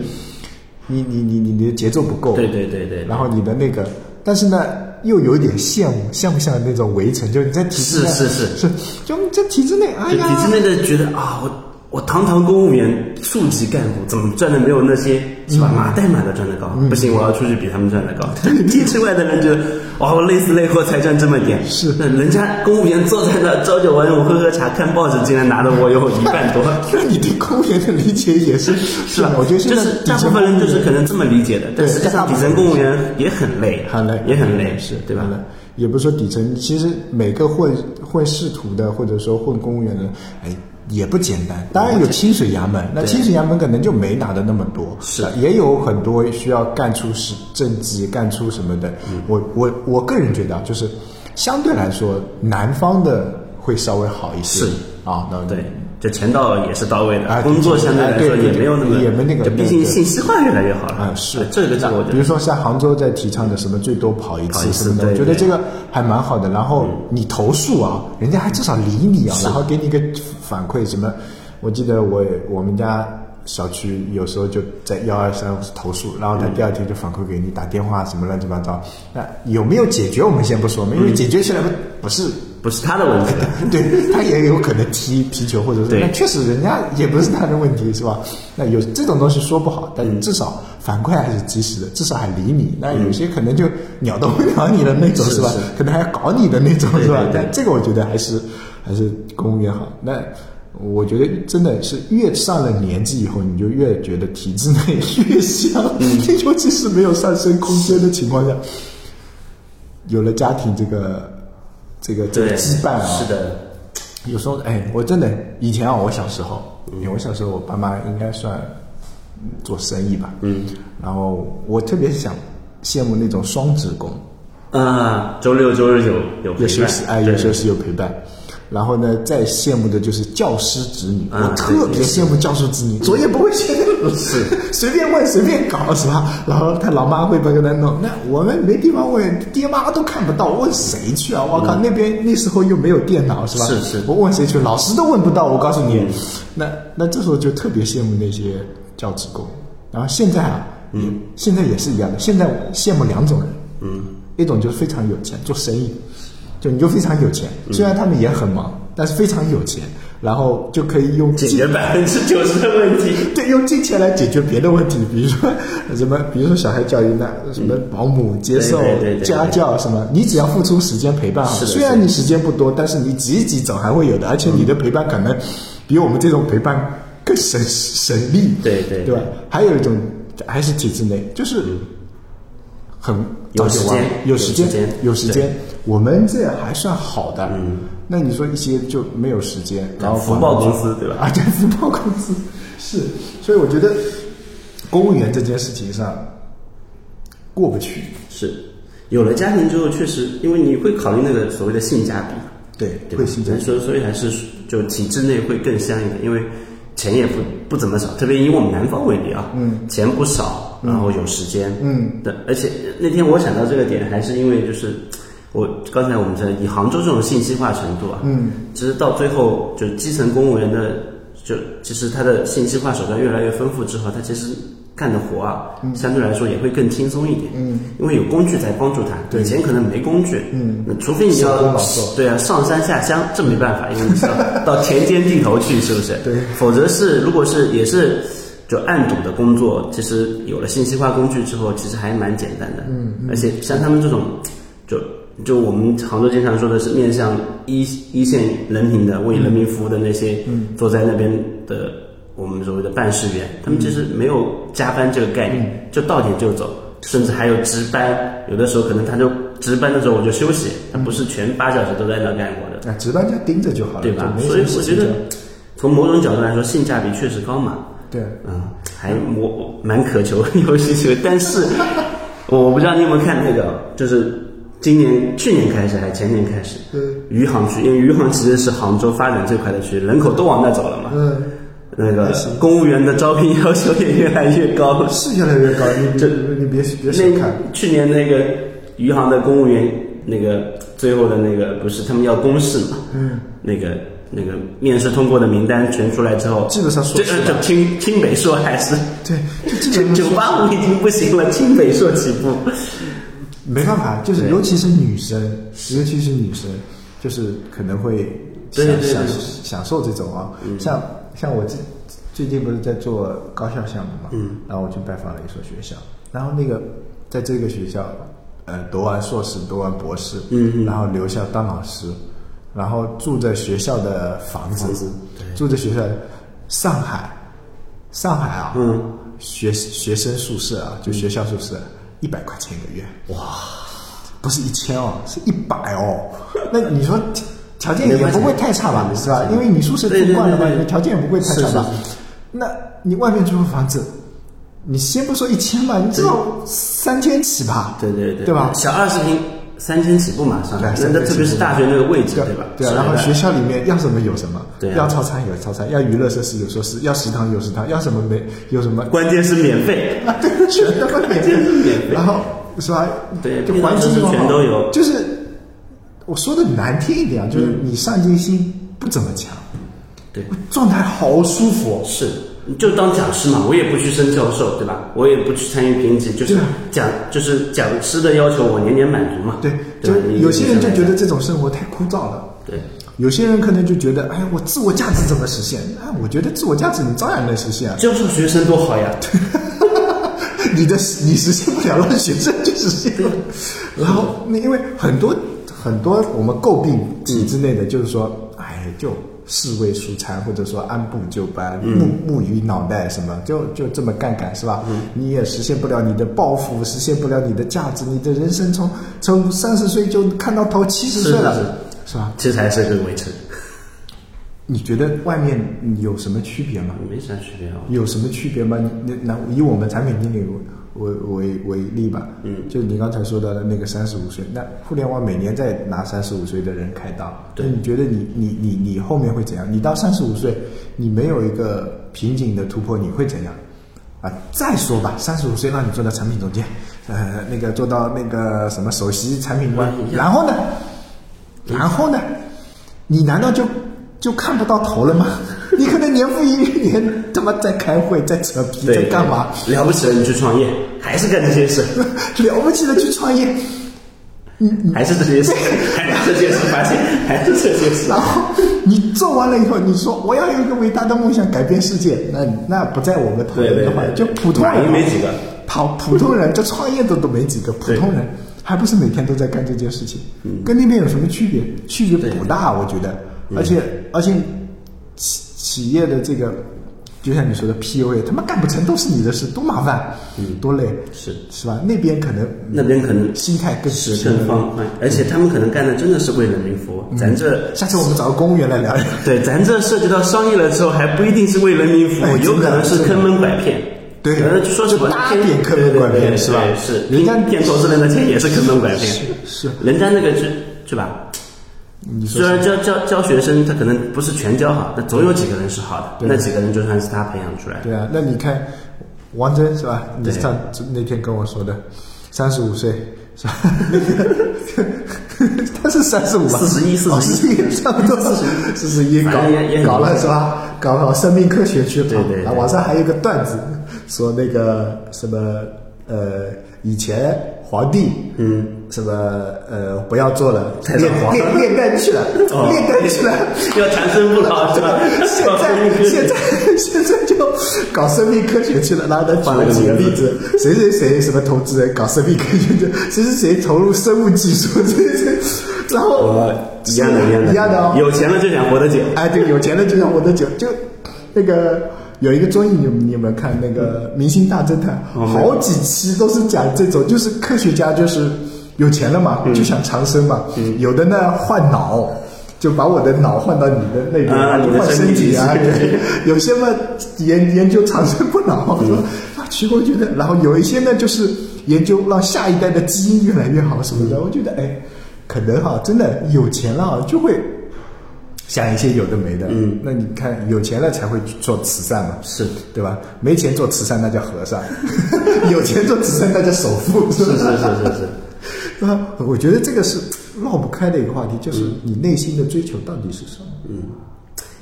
[SPEAKER 1] 你你你你你的节奏不够，
[SPEAKER 2] 对对对对，
[SPEAKER 1] 然后你的那个，但是呢，又有一点羡慕，像不像那种围城？就是你在体制内，
[SPEAKER 2] 是是是
[SPEAKER 1] 是，就你在体制内，哎
[SPEAKER 2] 就
[SPEAKER 1] 呀，
[SPEAKER 2] 体制内的觉得啊，我我堂堂公务员、处级干部，怎么赚的没有那些是
[SPEAKER 1] 嗯
[SPEAKER 2] 吧码代码的赚的高？不行，我要出去比他们赚 的高。体制外的人觉得，哇，我累死累活才赚这么点，
[SPEAKER 1] 是
[SPEAKER 2] 那人家公务员坐在那朝九晚五喝喝茶看报纸，竟然拿的我有一 半多。
[SPEAKER 1] 那你对公务员的理解也是是
[SPEAKER 2] 是吧？
[SPEAKER 1] 我觉得现
[SPEAKER 2] 就
[SPEAKER 1] 在
[SPEAKER 2] 是
[SPEAKER 1] 底
[SPEAKER 2] 大部
[SPEAKER 1] 层
[SPEAKER 2] 分人
[SPEAKER 1] 公务
[SPEAKER 2] 就是
[SPEAKER 1] 员
[SPEAKER 2] 可能这么理解的，但
[SPEAKER 1] 对
[SPEAKER 2] 实际上
[SPEAKER 1] 大部
[SPEAKER 2] 底
[SPEAKER 1] 分
[SPEAKER 2] 层公务员也很累，
[SPEAKER 1] 很累，
[SPEAKER 2] 也很累，
[SPEAKER 1] 是
[SPEAKER 2] 对吧
[SPEAKER 1] 很累？也不是说底层，其实每个混混仕途的，或者说混公务员的，哎。也不简单，当然有清水衙门，那
[SPEAKER 2] 对
[SPEAKER 1] 清水衙门可能就没拿的那么多，
[SPEAKER 2] 是
[SPEAKER 1] 呃也有很多需要干出是政绩、干出什么的。
[SPEAKER 2] 嗯
[SPEAKER 1] 我我我个人觉得啊，就是相对来说，南方的会稍微好一些，
[SPEAKER 2] 是
[SPEAKER 1] 啊，那
[SPEAKER 2] 对，就钱到也是到位的，
[SPEAKER 1] 啊
[SPEAKER 2] 工作
[SPEAKER 1] 对
[SPEAKER 2] 相对来
[SPEAKER 1] 对
[SPEAKER 2] 说
[SPEAKER 1] 对
[SPEAKER 2] 也没有那么
[SPEAKER 1] 也没那个
[SPEAKER 2] 就毕竟
[SPEAKER 1] 那个
[SPEAKER 2] 信息化越来越好了。
[SPEAKER 1] 啊，是
[SPEAKER 2] 哎
[SPEAKER 1] 嗯
[SPEAKER 2] 这个这个我觉
[SPEAKER 1] 比
[SPEAKER 2] 得
[SPEAKER 1] 如说像杭州在提倡的什么最多跑一
[SPEAKER 2] 跑
[SPEAKER 1] 次
[SPEAKER 2] 一次
[SPEAKER 1] 什么的，
[SPEAKER 2] 对
[SPEAKER 1] 我觉得
[SPEAKER 2] 对
[SPEAKER 1] 这个还蛮好的。然后你投诉啊，人家还至少理你
[SPEAKER 2] 嗯
[SPEAKER 1] 啊，然后给你一个反馈什么。我记得我我们家小区有时候就在幺二三投诉，然后他第二天就反馈给你，打电话什么乱七八糟。那有没有解决我们先不说嘛，因为解决起来不不是
[SPEAKER 2] 不是他的问题了，
[SPEAKER 1] 对他也有可能踢皮球，或者是
[SPEAKER 2] 对
[SPEAKER 1] 那确实人家也不是他的问题，是吧？那有这种东西说不好，
[SPEAKER 2] 嗯
[SPEAKER 1] 但至少反馈还是及时的，至少还理你。那有些可能就鸟都不鸟你的那种，
[SPEAKER 2] 是
[SPEAKER 1] 吧
[SPEAKER 2] 是？
[SPEAKER 1] 可能还要搞你的那种，是吧
[SPEAKER 2] 对对？对
[SPEAKER 1] 但这个我觉得还是还是公务员好。那我觉得真的是越上了年纪以后，你就越觉得体制内越香，
[SPEAKER 2] 嗯
[SPEAKER 1] 尤其是没有上升空间的情况下，有了家庭这个。这个这个
[SPEAKER 2] 对，
[SPEAKER 1] 羁绊啊，
[SPEAKER 2] 是的，
[SPEAKER 1] 有时候，哎，我真的以前啊，我小时候，因为我小时候，我爸妈应该算嗯做生意吧，嗯，然后我特别想羡慕那种双职工，
[SPEAKER 2] 啊，周六周日有有陪
[SPEAKER 1] 有
[SPEAKER 2] 伴
[SPEAKER 1] 休息，哎，
[SPEAKER 2] 对
[SPEAKER 1] 有休息，有陪伴。然后呢，再羡慕的就是教师子女，
[SPEAKER 2] 啊
[SPEAKER 1] 我特别羡慕教师子女，作业不会写的老师， 随便问随便搞是吧？然后他老妈会帮他弄，那我们没地方问，爹妈都看不到，问谁去啊？我靠，那边那时候又没有电脑是吧？
[SPEAKER 2] 嗯是是
[SPEAKER 1] 我问谁去？老师都问不到，我告诉你，那那这时候就特别羡慕那些教职工。然后现在啊，嗯，现在也是一样的，现在我羡慕两种人，
[SPEAKER 2] 嗯，
[SPEAKER 1] 一种就是非常有钱，做生意，就你就非常有钱，虽然他们也很忙，但是非常有钱，然后就可以用
[SPEAKER 2] 解
[SPEAKER 1] 金
[SPEAKER 2] 决百分之九十的问题，
[SPEAKER 1] 对用金钱来解决别的问题，比如说什么，比如说小孩教育那什么保姆接受
[SPEAKER 2] 嗯对对对对对
[SPEAKER 1] 家教什么，你只要付出时间陪伴好，
[SPEAKER 2] 是的
[SPEAKER 1] 虽
[SPEAKER 2] 是
[SPEAKER 1] 然
[SPEAKER 2] 的嗯
[SPEAKER 1] 你时间不多，但是你挤一挤总还会有的，而且你的陪伴可能比我们这种陪伴更省省力，
[SPEAKER 2] 对对嗯
[SPEAKER 1] 对吧？还有一种还是体制内，就是很
[SPEAKER 2] 有
[SPEAKER 1] 早就
[SPEAKER 2] 时
[SPEAKER 1] 玩
[SPEAKER 2] 间
[SPEAKER 1] 有
[SPEAKER 2] 有
[SPEAKER 1] 时
[SPEAKER 2] 时
[SPEAKER 1] 间
[SPEAKER 2] 间
[SPEAKER 1] 有时
[SPEAKER 2] 对
[SPEAKER 1] 间，我们这还算好的。那你说一些就没有时间，然后
[SPEAKER 2] 嗯啊福报公司对吧？
[SPEAKER 1] 啊，对，福报公司是，所以我觉得公务员这件事情上过不去。
[SPEAKER 2] 是，有了家庭之后，确实，因为你会考虑那个所谓的性价比，
[SPEAKER 1] 对，
[SPEAKER 2] 对吧
[SPEAKER 1] 会心疼。
[SPEAKER 2] 所以所以还是就体制内会更香一点，因为钱也不不怎么少，特别以我们南方为例啊，嗯，钱不少，然后有时间，
[SPEAKER 1] 嗯，
[SPEAKER 2] 对，而且那天我想到这个点，还是因为就是我刚才我们在以杭州这种信息化程度啊，嗯，其实到最后就基层公务员的，就其实他的信息化手段越来越丰富之后，他其实干的活啊，相对来说也会更轻松一点。
[SPEAKER 1] 嗯，
[SPEAKER 2] 因为有工具在帮助他，
[SPEAKER 1] 对
[SPEAKER 2] 以前可能没工具。
[SPEAKER 1] 嗯
[SPEAKER 2] 那除非你
[SPEAKER 1] 手工
[SPEAKER 2] 要
[SPEAKER 1] 劳作
[SPEAKER 2] 对啊，上山下乡，这没办法，因为你是要到田间地头去，是不是？
[SPEAKER 1] 对
[SPEAKER 2] 否则是如果是也是就暗种的工作，其实有了信息化工具之后，其实还蛮简单的。嗯，而且像他们这种，就就我们杭州经常说的是面向一一线人民的、为人民服务的那些，
[SPEAKER 1] 嗯
[SPEAKER 2] 坐在那边的我们所谓的办事员，他们其实
[SPEAKER 1] 嗯
[SPEAKER 2] 没有加班这个概念，就到点就走。甚至还有值班，有的时候可能他就值班的时候我就休息，他不是全八小时都在那干活的。
[SPEAKER 1] 啊，值班就盯着就好了，
[SPEAKER 2] 对吧
[SPEAKER 1] 嗯就？没
[SPEAKER 2] 所以
[SPEAKER 1] 什么
[SPEAKER 2] 我
[SPEAKER 1] 事
[SPEAKER 2] 觉
[SPEAKER 1] 情
[SPEAKER 2] 得
[SPEAKER 1] 干。，
[SPEAKER 2] 从某种角度来说，性价比确实高嘛。
[SPEAKER 1] 对，
[SPEAKER 2] 嗯，还我我蛮渴求 游戏球，但是我不知道你有没有看那个，就是今年去年开始还是前年开始，
[SPEAKER 1] 嗯
[SPEAKER 2] 余杭区，因为余杭其实是杭州发展最快的区，人口都往那走了嘛。
[SPEAKER 1] 嗯，
[SPEAKER 2] 那个公务员的招聘要求也越来越高 了。
[SPEAKER 1] 是越来越高，你
[SPEAKER 2] 这
[SPEAKER 1] 别你别别嗯小
[SPEAKER 2] 那
[SPEAKER 1] 看，
[SPEAKER 2] 去年那个余杭的公务员，那个最后的那个不是他们要公示嘛？嗯，那个那个面试通过的名单全出来之后，
[SPEAKER 1] 基本上硕
[SPEAKER 2] 这呃
[SPEAKER 1] 士
[SPEAKER 2] 这清清北硕还是
[SPEAKER 1] 对，就基
[SPEAKER 2] 九
[SPEAKER 1] 本
[SPEAKER 2] 九
[SPEAKER 1] 上
[SPEAKER 2] 八五已经不行了，清北硕起步。
[SPEAKER 1] 没办法，就是
[SPEAKER 2] 对
[SPEAKER 1] 尤其是女生，尤其是女生，就是可能会享
[SPEAKER 2] 对对对嗯
[SPEAKER 1] 享享受这种啊，像像我最最近不是在做高校项目嘛，
[SPEAKER 2] 嗯，
[SPEAKER 1] 然后我去拜访了一所学校，然后那个在这个学校，呃，读完硕士，读完博士，
[SPEAKER 2] 嗯嗯
[SPEAKER 1] 然后留校当老师，然后住在学校的房子，
[SPEAKER 2] 房子对
[SPEAKER 1] 住在学校上海，上海啊，
[SPEAKER 2] 嗯，
[SPEAKER 1] 学学生宿舍啊，就学校宿舍，一百块钱一个月，哇，不是一千哦，是一百哦。 那你说条件也不会太差吧，是吧？因为你宿舍住惯了嘛，
[SPEAKER 2] 对对对对
[SPEAKER 1] 你条件也不会太差吧
[SPEAKER 2] 是是？
[SPEAKER 1] 那你外面租个房子，你先不说一千吧，你至少三千起吧？
[SPEAKER 2] 对对对，
[SPEAKER 1] 对吧？
[SPEAKER 2] 小二十平三千起步嘛，上海，
[SPEAKER 1] 对
[SPEAKER 2] 那那特别是大学那个位置，
[SPEAKER 1] 对
[SPEAKER 2] 对吧？
[SPEAKER 1] 对啊，
[SPEAKER 2] 是
[SPEAKER 1] 然后
[SPEAKER 2] 吧
[SPEAKER 1] 学校里面要什么有什么，
[SPEAKER 2] 对啊
[SPEAKER 1] 要操场有操场，要娱乐设施有设施，要食堂有食堂，要什么没有什么，
[SPEAKER 2] 关键是免费，
[SPEAKER 1] 啊， 对，全都是免
[SPEAKER 2] 全都是免
[SPEAKER 1] 费，
[SPEAKER 2] 费
[SPEAKER 1] 然后是吧？
[SPEAKER 2] 对
[SPEAKER 1] 就
[SPEAKER 2] 平常
[SPEAKER 1] 环境
[SPEAKER 2] 设施
[SPEAKER 1] 又好
[SPEAKER 2] 全都有
[SPEAKER 1] 就是我说的难听一点啊，就是你上进心不怎么强，
[SPEAKER 2] 对。
[SPEAKER 1] 状态好舒服哦，
[SPEAKER 2] 是，就当讲师嘛，我也不去升教授，对吧？我也不去参与评级，就是
[SPEAKER 1] 对啊
[SPEAKER 2] 讲，就是讲师的要求，我年年满足嘛。
[SPEAKER 1] 对，
[SPEAKER 2] 对
[SPEAKER 1] 就
[SPEAKER 2] 吧？你
[SPEAKER 1] 有些人就觉，得
[SPEAKER 2] 你这样
[SPEAKER 1] 这种生活太枯燥了。
[SPEAKER 2] 对，
[SPEAKER 1] 有些人可能就觉得，哎，我自我价值怎么实现？哎，我觉得自我价值你照样能实现啊，
[SPEAKER 2] 教授学生多好呀，
[SPEAKER 1] 你的你实现不了，让学生去实现了。然后，那因为很多很多我们诟病体制内的，就是说，哎，就士为孰餐，或者说按部就班，
[SPEAKER 2] 嗯
[SPEAKER 1] 木木鱼脑袋什么，就就这么干干是吧？
[SPEAKER 2] 嗯
[SPEAKER 1] 你也实现不了你的抱负，实现不了你的价值，你的人生从从三十岁就看到头七十岁了，
[SPEAKER 2] 是是
[SPEAKER 1] 是吧？
[SPEAKER 2] 这才是个围城，
[SPEAKER 1] 你觉得外面有什么区别吗？
[SPEAKER 2] 没啥区别啊。
[SPEAKER 1] 有什么区别吗？你那那以我们产品经理为为为例吧，
[SPEAKER 2] 嗯
[SPEAKER 1] 就你刚才说的那个三十五岁，那互联网每年在拿三十五岁的人开刀，
[SPEAKER 2] 对
[SPEAKER 1] 那你觉得你你你你后面会怎样？你到三十五岁，你没有一个瓶颈的突破，你会怎样？啊，再说吧，三十五岁让你做到产品总监，呃，那个做到那个什么首席产品官，
[SPEAKER 2] 嗯
[SPEAKER 1] 然后呢，然后呢，你难道就就看不到头了吗？你可能年复一日年他妈在开会，在扯皮，在
[SPEAKER 2] 对，
[SPEAKER 1] 干嘛？
[SPEAKER 2] 了不起了，你去创业，还是干这些事，
[SPEAKER 1] 了不起的去创业，
[SPEAKER 2] 还是这些事，还是这些事，发现还是这些事
[SPEAKER 1] 然。后你做完了以后，你说我要有一个伟大的梦想，改变世界，那那不在我们讨论的话，
[SPEAKER 2] 对对对
[SPEAKER 1] 就普通人
[SPEAKER 2] 马云没几个，
[SPEAKER 1] 跑普通人，就创业的都没几个，普通人还不是每天都在干这件事情，
[SPEAKER 2] 嗯
[SPEAKER 1] 跟那边有什么区别？区别不大，我觉得，而且而且企企业的这个。就像你说的 PUA，他妈干不成都是你的事，多麻烦，多累，
[SPEAKER 2] 嗯是
[SPEAKER 1] 是吧？那边可能
[SPEAKER 2] 那边可能
[SPEAKER 1] 心态更
[SPEAKER 2] 是
[SPEAKER 1] 平衡
[SPEAKER 2] 更放宽，而且他们可能干的真的是为人民服务，
[SPEAKER 1] 嗯
[SPEAKER 2] 咱这
[SPEAKER 1] 下次我们找个公务员来聊聊。
[SPEAKER 2] 对，咱这涉及到商业了之后，还不一定是为人民服务，
[SPEAKER 1] 哎
[SPEAKER 2] 有可能是坑蒙拐骗。
[SPEAKER 1] 对
[SPEAKER 2] 可能说什
[SPEAKER 1] 就
[SPEAKER 2] 么
[SPEAKER 1] 搭
[SPEAKER 2] 骗
[SPEAKER 1] 点坑蒙拐骗
[SPEAKER 2] 对对对
[SPEAKER 1] 是吧
[SPEAKER 2] 对是，
[SPEAKER 1] 人家
[SPEAKER 2] 骗投资人的钱也是坑蒙拐骗，
[SPEAKER 1] 是是
[SPEAKER 2] 人家那个是是吧？
[SPEAKER 1] 你说
[SPEAKER 2] 虽
[SPEAKER 1] 是
[SPEAKER 2] 然教教教学生，他可能不是全教好，但总有几个人是好的，
[SPEAKER 1] 对
[SPEAKER 2] 那几个人就算是他培养出来的。
[SPEAKER 1] 对啊，那你看王峥是吧？你
[SPEAKER 2] 对
[SPEAKER 1] 上 那天跟我说的，三十五岁是吧？那个他是三十五吧？哦
[SPEAKER 2] 41
[SPEAKER 1] 四十一，差不多四十，四十一搞
[SPEAKER 2] 反正也也很
[SPEAKER 1] 搞了是吧？搞搞生命科学去跑。
[SPEAKER 2] 对对对
[SPEAKER 1] 啊，网上还有一个段子，说那个什么呃，以前皇帝嗯什么呃不要做了，
[SPEAKER 2] 太上
[SPEAKER 1] 炼
[SPEAKER 2] 皇
[SPEAKER 1] 炼炼丹去了，
[SPEAKER 2] 哦
[SPEAKER 1] 炼丹去了。
[SPEAKER 2] 要长生不老是吧？
[SPEAKER 1] 现在现 在现在就搞生命科学去了，然后他举了几个例子，谁谁谁什么投资人搞生命科学的， 谁谁谁投入生物技术， 谁谁，然后
[SPEAKER 2] 我哦一样的，一样的，
[SPEAKER 1] 一样的哦
[SPEAKER 2] 有钱了就想活得久，
[SPEAKER 1] 哎，对，有钱的就像我的酒，就那个有一个综艺，你们你有没有看那个《明星大侦探》？
[SPEAKER 2] 哦没有
[SPEAKER 1] 好几期都是讲这种，就是科学家就是有钱了嘛，
[SPEAKER 2] 嗯
[SPEAKER 1] 就想长生嘛，有的呢换脑。就把我的脑换到你的那边，
[SPEAKER 2] 啊你的
[SPEAKER 1] 换
[SPEAKER 2] 身
[SPEAKER 1] 身
[SPEAKER 2] 体
[SPEAKER 1] 体啊，对， 有些嘛研研究长生不老，
[SPEAKER 2] 嗯
[SPEAKER 1] 说啊奇怪，我觉得，然后有一些呢就是研究让下一代的基因越来越好什么的，我觉得哎，可能哈、真的有钱了、啊、就会想一些有的没的。
[SPEAKER 2] 嗯，
[SPEAKER 1] 那你看有钱了才会去做慈善嘛，
[SPEAKER 2] 是
[SPEAKER 1] 对吧？没钱做慈善那叫和 尚，有钱做慈善那叫首富，是
[SPEAKER 2] 是
[SPEAKER 1] 不
[SPEAKER 2] 是是是是，
[SPEAKER 1] 是吧？我觉得这个是绕不开的一个话题，就是
[SPEAKER 2] 嗯
[SPEAKER 1] 你内心的追求到底是什么？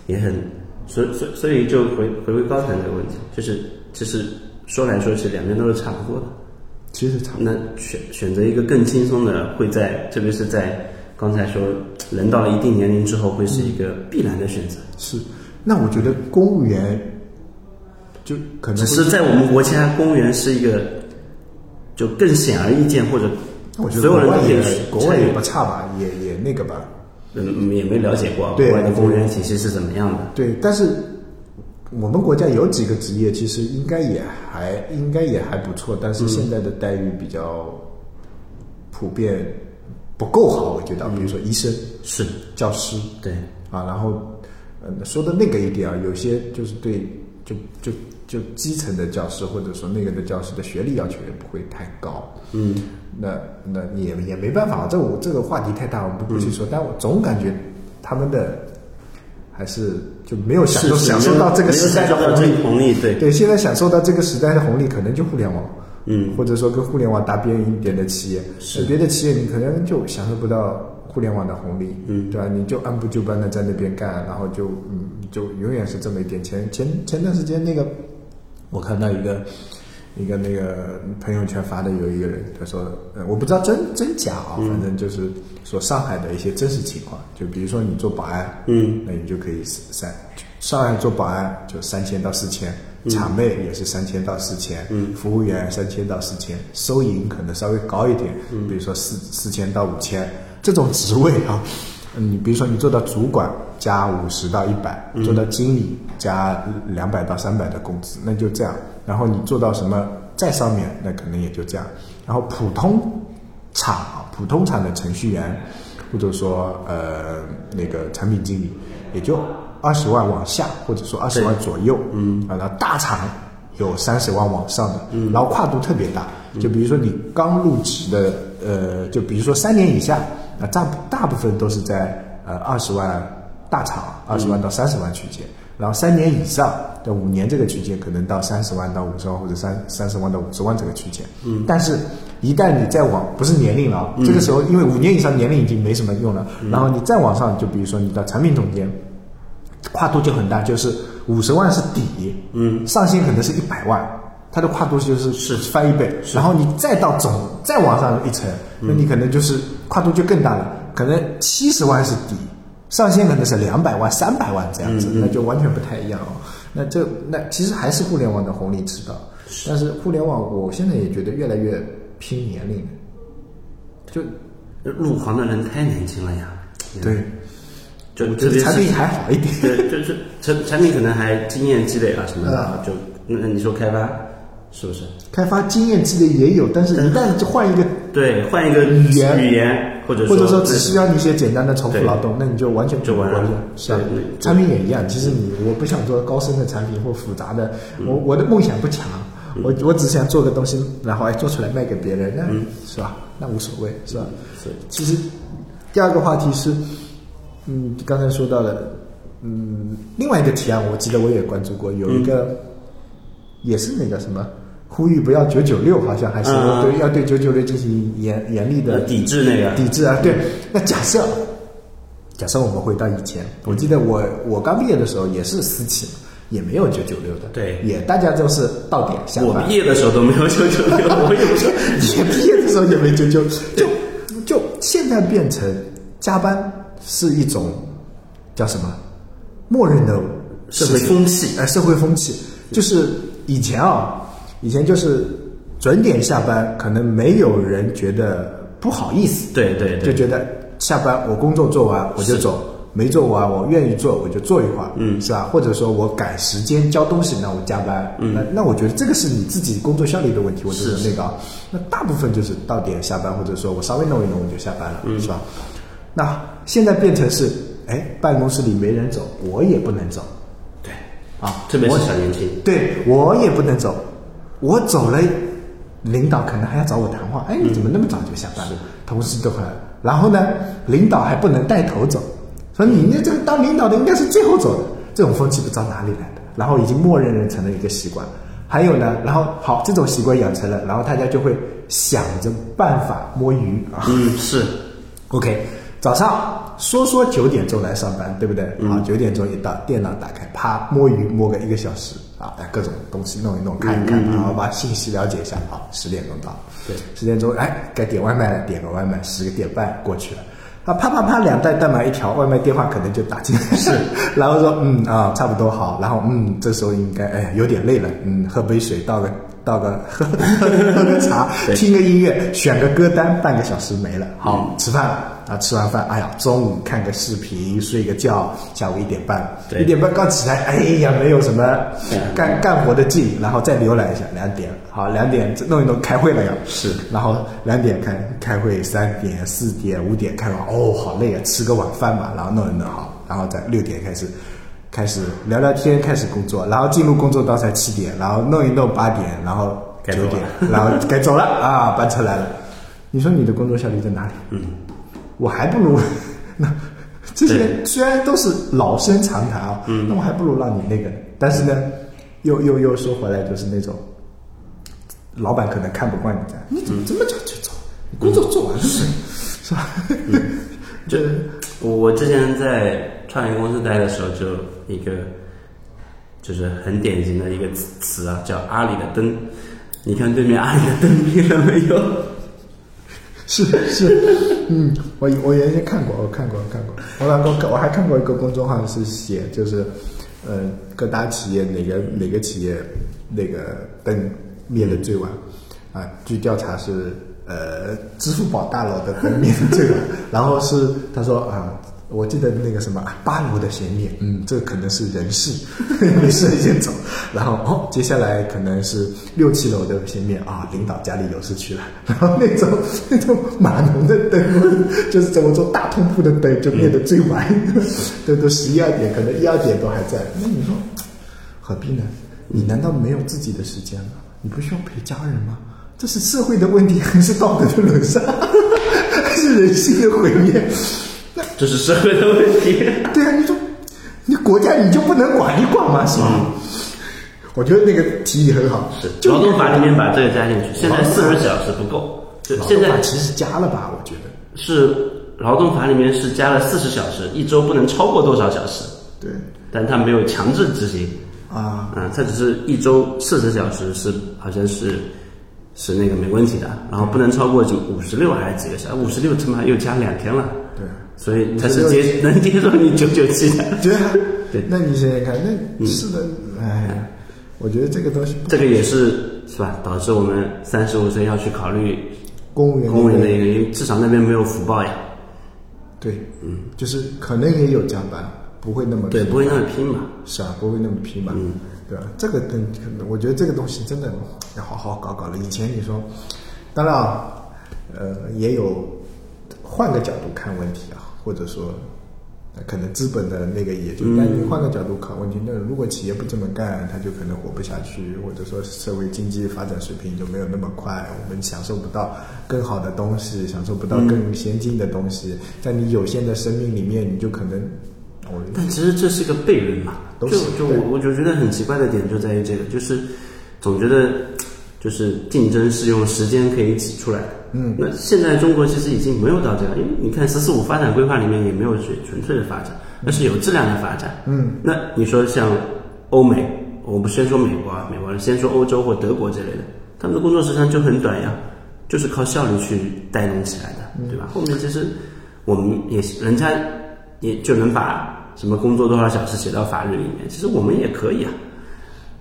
[SPEAKER 2] 也很，所以所以所以就回回归高谈这个问题，就是就是说来说去，两边都是差不多的。
[SPEAKER 1] 其实差不多。
[SPEAKER 2] 那选选择一个更轻松的，会在特别是在刚才说，人到了一定年龄之后，会是一个必然的选择。
[SPEAKER 1] 是，那我觉得公务员就可能
[SPEAKER 2] 只
[SPEAKER 1] 会
[SPEAKER 2] 是在我们国家，公务员是一个就更显而易见，或者
[SPEAKER 1] 我觉得
[SPEAKER 2] 所有
[SPEAKER 1] 国
[SPEAKER 2] 人都
[SPEAKER 1] 外
[SPEAKER 2] 可以
[SPEAKER 1] 也
[SPEAKER 2] 去
[SPEAKER 1] 国外
[SPEAKER 2] 参
[SPEAKER 1] 也
[SPEAKER 2] 与
[SPEAKER 1] 不差吧，也也那个吧。
[SPEAKER 2] 嗯，也没了解过啊国
[SPEAKER 1] 对
[SPEAKER 2] 外的公务员体系是怎么样的。
[SPEAKER 1] 对，但是我们国家有几个职业其实应该也还应该也还不错，但是现在的待遇比较普遍不够好，我觉得啊，比如说医生、
[SPEAKER 2] 是，
[SPEAKER 1] 教师
[SPEAKER 2] 对，
[SPEAKER 1] 啊，然后嗯说的那个一点啊，有些就是对就就就基层的教师或者说那个的教师的学历要求也不会太高，
[SPEAKER 2] 嗯，
[SPEAKER 1] 那那也也没办法，这我这个话题太大，我们不不去
[SPEAKER 2] 嗯
[SPEAKER 1] 说。但我总感觉他们的还是就没有享受
[SPEAKER 2] 嗯是是
[SPEAKER 1] 享受到这个
[SPEAKER 2] 没有
[SPEAKER 1] 时代的
[SPEAKER 2] 享受到
[SPEAKER 1] 红
[SPEAKER 2] 这
[SPEAKER 1] 利
[SPEAKER 2] 个。红利，对，
[SPEAKER 1] 对，现在享受到这个时代的红利，可能就互联网，
[SPEAKER 2] 嗯，
[SPEAKER 1] 或者说跟互联网搭边一点的企业，呃
[SPEAKER 2] 是
[SPEAKER 1] 别的企业你可能就享受不到互联网的红利，
[SPEAKER 2] 嗯
[SPEAKER 1] 对吧？你就按部就班的在那边干，然后就嗯，就永远是这么一点。前前前段时间那个，我看到一个一个那个朋友圈发的有一个人，他说，呃，我不知道真真假啊、
[SPEAKER 2] 嗯
[SPEAKER 1] 反正就是说上海的一些真实情况，就比如说你做保安，
[SPEAKER 2] 嗯，
[SPEAKER 1] 那你就可以三上海做保安就三千到四千，场妹也是三千到四千，嗯，服务员三千到四千，收银可能稍微高一点，嗯，比如说四四千到五千这种职位啊，嗯你比如说你做到主管加五十到一百，做到经理加两百到三百的工资，那就这样。然后你做到什么再上面，那可能也就这样。然后普通厂啊，普通厂的程序员，或者说呃那个产品经理，也就二十万往下，或者说二十万左右，嗯，啊，然后大厂有三十万往上的，嗯，然嗯后跨度特别大，就比如说你刚入职的，呃，就比如说三年以下，那大大部分都是在呃二十万大厂二十万到三十万区间，然后三年以上的五年这个区间，可能到三十万到五十万或者三三十万到五十万这个区间。嗯，但是，一旦你再往不是年龄了啊，这个时候因为五年以上年龄已经没什么用了，然后你再往上，就比如说你到产品总监，跨度就很大，就是五十万是底，嗯，上限可能是一百万，它的跨度就是是嗯翻一倍，然后你再到总再往上一层，那你可能就是跨度就更大了，可能七十万是底，上限可能是两百万、三百万这样子，那就完全不太一样哦。那这那其实还是互联网的红利之道，但是互联网我现在也觉得越来越拼年龄了，就
[SPEAKER 2] 入行的人太年轻了呀。
[SPEAKER 1] 对，
[SPEAKER 2] 就
[SPEAKER 1] 我觉
[SPEAKER 2] 特
[SPEAKER 1] 得
[SPEAKER 2] 别是
[SPEAKER 1] 产品还好一点，
[SPEAKER 2] 对，就是产产品可能还经验积累啊什么的啊
[SPEAKER 1] 嗯，
[SPEAKER 2] 就那那你说开发是不是？
[SPEAKER 1] 开发经验积累也有，但是一旦就换一个
[SPEAKER 2] 对，换一个
[SPEAKER 1] 语言
[SPEAKER 2] 语言或者
[SPEAKER 1] 或者
[SPEAKER 2] 说
[SPEAKER 1] 说只需要你一些简单的重复劳动，那你就完全
[SPEAKER 2] 就完了
[SPEAKER 1] 不会是吧
[SPEAKER 2] 对对
[SPEAKER 1] 产品也一样，其实你我不想做高深的产品或复杂的，
[SPEAKER 2] 嗯
[SPEAKER 1] 我我的梦想不强，我我只想做个东西，然后哎做出来卖给别人，那
[SPEAKER 2] 嗯
[SPEAKER 1] 是吧？那无所谓是吧？
[SPEAKER 2] 是
[SPEAKER 1] 其实第二个话题是，嗯，刚才说到的，
[SPEAKER 2] 嗯
[SPEAKER 1] 嗯，另外一个提案，我记得我也关注过，有一个也是那个什么呼吁不要九九六，好像还是
[SPEAKER 2] 嗯
[SPEAKER 1] 对要对九九六进行严严厉的
[SPEAKER 2] 呃抵制那个
[SPEAKER 1] 抵制啊。对，那假设假设我们回到以前，我记得我我刚毕业的时候也是私企，也没有九九六的，
[SPEAKER 2] 对
[SPEAKER 1] 也大家都是到点下
[SPEAKER 2] 我
[SPEAKER 1] 班
[SPEAKER 2] 毕。业的时候都没有九九六，我也不说
[SPEAKER 1] 也毕业的时候也没九九，就就现在变成加班是一种叫什么默认的
[SPEAKER 2] 社会
[SPEAKER 1] 事情
[SPEAKER 2] 风气
[SPEAKER 1] 呃，社会风气就是以前啊，以前就是准点下班，可能没有人觉得不好意思，
[SPEAKER 2] 对对
[SPEAKER 1] 就
[SPEAKER 2] 对，
[SPEAKER 1] 觉得下班我工作做完我就走，没做完我愿意做我就做一会儿，
[SPEAKER 2] 嗯
[SPEAKER 1] 是吧？或者说我赶时间交东西，那我加班，嗯，那那我觉得这个是你自己工作效率的问题，我觉得
[SPEAKER 2] 是
[SPEAKER 1] 那个啊，那大部分就是到点下班，或者说我稍微弄一弄我就下班了，
[SPEAKER 2] 嗯
[SPEAKER 1] 是吧？那现在变成是，哎，办公室里没人走，我也不能走，
[SPEAKER 2] 对
[SPEAKER 1] 啊，
[SPEAKER 2] 特别
[SPEAKER 1] 我
[SPEAKER 2] 是小年轻，
[SPEAKER 1] 对我也不能走，我走了，领导可能还要找我谈话。哎，你怎么那么早就下班了？同事都很，然后呢，领导还不能带头走，说你那这个当领导的应该是最后走的，这种风气不知道哪里来的，然后已经默认成了一个习惯。还有呢，然后好，这种习惯养成了，然后大家就会想着办法摸鱼啊。
[SPEAKER 2] 嗯是，
[SPEAKER 1] OK，早上说说九点钟来上班，对不对？
[SPEAKER 2] 嗯
[SPEAKER 1] 好，九点钟一到，电脑打开，啪，摸鱼摸个一个小时啊，哎各种东西弄一弄，看一看，然后把信息了解一下。好，十点钟到，
[SPEAKER 2] 嗯对
[SPEAKER 1] 十点钟，哎，该点外卖了，点个外卖，十点半过去了。啊，啪啪啪，两袋蛋买一条，外卖电话可能就打进来， 是，然后说，嗯啊，差不多好，然后嗯，这时候应该哎有点累了，嗯，喝杯水，倒个倒个 喝喝个茶，
[SPEAKER 2] 对
[SPEAKER 1] 听个音乐，选个歌单，半个小时没了，好，吃饭了啊，吃完饭，哎呀，中午看个视频，睡个觉，下午一点半，
[SPEAKER 2] 对
[SPEAKER 1] 一点半刚起来，哎呀，没有什么
[SPEAKER 2] 对
[SPEAKER 1] 干干活的劲，然后再浏览一下，两点，好，两点弄一弄，开会了要
[SPEAKER 2] 是，
[SPEAKER 1] 然后两点开开会，三点、四点、五点开完，哦，好累啊，吃个晚饭吧，然后弄一弄好，然后再六点开始开始聊聊天，开始工作，然后进入工作到才七点，然后弄一弄八点，然后
[SPEAKER 2] 该
[SPEAKER 1] 九
[SPEAKER 2] 走
[SPEAKER 1] 点，然后该走了啊，班车来了，你说你的工作效率在哪里？
[SPEAKER 2] 嗯，
[SPEAKER 1] 我还不如 那这些
[SPEAKER 2] 对嗯
[SPEAKER 1] 虽然都是老生常谈啊，那我还不如让你那个呢。但是呢，又又又说回来，就是那种老板可能看不惯你这样，你怎
[SPEAKER 2] 嗯
[SPEAKER 1] 么这么早就走？你工作做完了没是吧？
[SPEAKER 2] 嗯 就我我之前在创业公司待的时候，就一个就是很典型的一个词词啊，叫阿里的灯。你看对面阿里的灯灭了没有？
[SPEAKER 1] 是是，嗯，我我原先看过，我看过，我看过。我老公，我还看过一个公众号是写，就是，呃，各大企业哪个哪个企业那个灯灭的最晚，啊，据调查是，呃，支付宝大楼的灯灭的最晚，然后是他说啊。我记得那个什么啊八楼的先灭，嗯，这可能是人事， 没事先走。然后哦，接下来可能是六七楼的先灭啊，领导家里有事去了。 然后那种那种码农的灯，就是怎么说大通铺的灯就灭得最晚， 都都十一二点，可能一二点都还在。那你说何必呢？你难道没有自己的时间吗？你不需要陪家人吗？这是社会的问题，还是道德的沦丧， 还是人性的毁灭？
[SPEAKER 2] 这是社会的问题。
[SPEAKER 1] 对啊，你说你国家你就不能管一管吗？是吧？我觉得那个提议很好， 就
[SPEAKER 2] 嗯劳动法里面把这个加进去，现在四十小时不够，就
[SPEAKER 1] 劳
[SPEAKER 2] 现
[SPEAKER 1] 动
[SPEAKER 2] 在
[SPEAKER 1] 法其实加了吧，我觉得。
[SPEAKER 2] 是劳动法里面是加了四十小时，一周不能超过多少小时，
[SPEAKER 1] 对
[SPEAKER 2] 但它没有强制执行。
[SPEAKER 1] 啊，
[SPEAKER 2] 啊，它只是一周四十小时是好像是是那个没问题的，然后不能超过就五十六还是几个小时？五十六他妈又加两天了，
[SPEAKER 1] 对，啊
[SPEAKER 2] 所以他是接能接受你九九七的，
[SPEAKER 1] 对啊，
[SPEAKER 2] 对嗯
[SPEAKER 1] 那你想想看，那是的，哎呀，我觉得这个东西不，
[SPEAKER 2] 这个也是是吧？导致我们三十五岁要去考虑
[SPEAKER 1] 公务员
[SPEAKER 2] 公务员
[SPEAKER 1] 那
[SPEAKER 2] 的
[SPEAKER 1] 个
[SPEAKER 2] 一个原因，至少那边没有福报呀，
[SPEAKER 1] 对，嗯，就是可能也有加班，不会那么
[SPEAKER 2] 对，
[SPEAKER 1] 拼
[SPEAKER 2] 不会那么拼嘛。
[SPEAKER 1] 是啊，不会那么拼吧？对吧？这个东，可能我觉得这个东西真的要好好搞搞了。以前你说，当然啊，呃，也有换个角度看问题啊，或者说，呃可能资本的那个也就，但你换个角度看问题，那如果企业不这么干，它就可能活不下去，或者说社会经济发展水平就没有那么快，我们享受不到更好的东西，享受不到更先进的东西，在你有限的生命里面，你就可能，哦我
[SPEAKER 2] 但其实这是个悖论嘛，
[SPEAKER 1] 都
[SPEAKER 2] 就是就
[SPEAKER 1] 对
[SPEAKER 2] 我我就觉得很奇怪的点就在于这个，就是总觉得就是竞争是用时间可以挤出来的。嗯，那现在中国其实已经没有到这样，因为你看“十四五”发展规划里面也没有纯纯粹的发展，而是有质量的发展。
[SPEAKER 1] 嗯，
[SPEAKER 2] 那你说像欧美，我们先说美国啊，美国人先说欧洲或德国之类的，他们的工作时长就很短呀，就是靠效率去带动起来
[SPEAKER 1] 嗯
[SPEAKER 2] 的，对吧？后面其实我们也人家也就能把什么工作多少小时写到法律里面，其实我们也可以啊。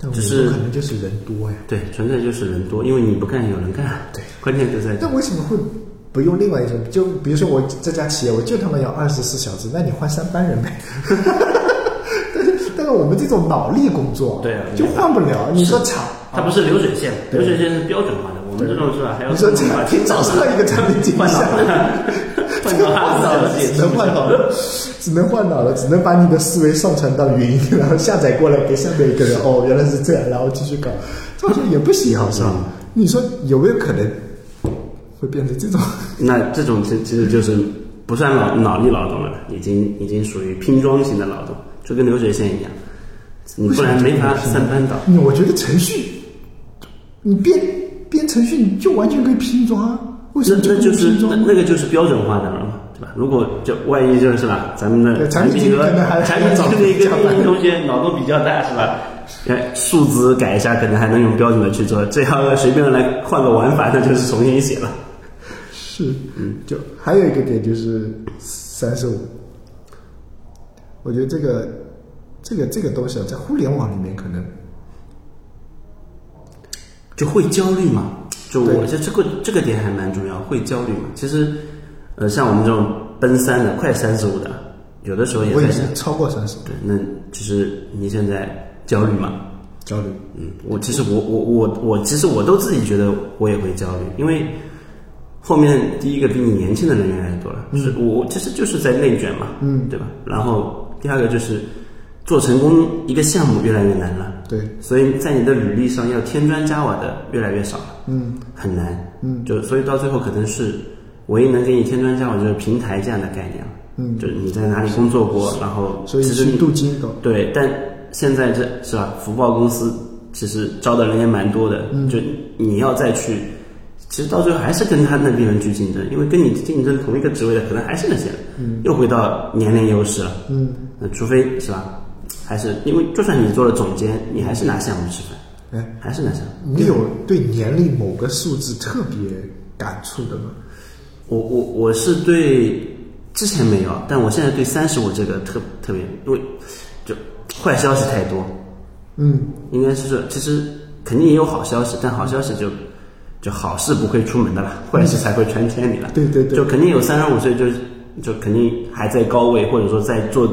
[SPEAKER 1] 但我
[SPEAKER 2] 就
[SPEAKER 1] 觉
[SPEAKER 2] 是
[SPEAKER 1] 得可能就是人多呀。
[SPEAKER 2] 对，纯粹就是人多，因为你不干有人干。啊
[SPEAKER 1] 对，
[SPEAKER 2] 关键就在这
[SPEAKER 1] 那。为什么会不用另外一种？就比如说我这家企业，我就他妈要二十四小时，那你换三班人呗。 但是但是我们这种脑力工作，
[SPEAKER 2] 对啊
[SPEAKER 1] 就换不了。你说厂，
[SPEAKER 2] 它不是流水线，流水线是标准化的，我们这种是吧？还要
[SPEAKER 1] 你说这两天早上一个产品经理
[SPEAKER 2] 换
[SPEAKER 1] 下
[SPEAKER 2] 脑
[SPEAKER 1] 来，
[SPEAKER 2] 换 到二十小时
[SPEAKER 1] 只能换脑了，只能换脑了，只能把你的思维上传到云，然后下载过来给下面一个人。哦，原来是这样，然后继续搞，这样也不行，好像。
[SPEAKER 2] 嗯
[SPEAKER 1] 你说有没有可能会变成这种？
[SPEAKER 2] 那这种其其实就是不算脑脑力劳动了，已经已经属于拼装型的劳动，就跟流水线一样，你不然没法三班倒。
[SPEAKER 1] 嗯我觉得程序，你编编程序你就完全可以拼装啊，为什么
[SPEAKER 2] 那那
[SPEAKER 1] 不
[SPEAKER 2] 就
[SPEAKER 1] 能
[SPEAKER 2] 是
[SPEAKER 1] 拼
[SPEAKER 2] 那
[SPEAKER 1] 装？
[SPEAKER 2] 那个就是标准化的了嘛，对吧？如果就万一就是吧，咱们的
[SPEAKER 1] 对
[SPEAKER 2] 产
[SPEAKER 1] 产品
[SPEAKER 2] 品
[SPEAKER 1] 经理
[SPEAKER 2] 和
[SPEAKER 1] 可能还
[SPEAKER 2] 产品经理
[SPEAKER 1] 还早
[SPEAKER 2] 跟同学脑洞比较大是吧？哎，数字改一下可能还能用标准的去做，这要随便来换个玩法，那就是重新写了。
[SPEAKER 1] 是，
[SPEAKER 2] 嗯
[SPEAKER 1] 就还有一个点就是三十五，我觉得这个这个这个东西啊，在互联网里面可能
[SPEAKER 2] 就会焦虑嘛。就
[SPEAKER 1] 对
[SPEAKER 2] 我觉得这个这个点还蛮重要，会焦虑嘛。其实，呃，像我们这种奔三的、快三十五的，有的时候也
[SPEAKER 1] 我
[SPEAKER 2] 在
[SPEAKER 1] 已
[SPEAKER 2] 想
[SPEAKER 1] 经，超过三十
[SPEAKER 2] 对，那其实你现在焦虑嘛？
[SPEAKER 1] 焦虑，
[SPEAKER 2] 嗯，我其实我我我我其实我都自己觉得我也会焦虑，因为后面第一个比你年轻的人越来越多了，就是我我其实就是在内卷嘛，
[SPEAKER 1] 嗯
[SPEAKER 2] 对吧？然后第二个就是做成功一个项目越来越难了，
[SPEAKER 1] 对，
[SPEAKER 2] 所以在你的履历上要添砖加瓦的越来越少了，
[SPEAKER 1] 嗯，
[SPEAKER 2] 很难，
[SPEAKER 1] 嗯
[SPEAKER 2] 就所以到最后可能是唯一能给你添砖加瓦就是平台这样的概念了，
[SPEAKER 1] 嗯
[SPEAKER 2] 就是你在哪里工作过，然后
[SPEAKER 1] 所以
[SPEAKER 2] 其
[SPEAKER 1] 是
[SPEAKER 2] 实你
[SPEAKER 1] 镀金的，
[SPEAKER 2] 对，但现在这是吧？福报公司其实招的人也蛮多的，就你要再去，其实到最后还是跟他那边人去竞争，因为跟你竞争同一个职位的可能还是那些人，又回到年龄优势了。
[SPEAKER 1] 嗯，
[SPEAKER 2] 那除非是吧？还是因为就算你做了总监，你还是拿项目吃饭，
[SPEAKER 1] 哎，
[SPEAKER 2] 还是拿项目。
[SPEAKER 1] 你有对年龄某个数字特别感触的吗？
[SPEAKER 2] 我我我是对之前没有，但我现在对三十五这个特特别，因为就坏消息太多，
[SPEAKER 1] 嗯，
[SPEAKER 2] 应该是说，其实肯定也有好消息，但好消息就就好事不会出门的啦，坏事才会传千里了。
[SPEAKER 1] 对对对
[SPEAKER 2] 就肯定有三十五岁就就肯定还在高位，或者说在做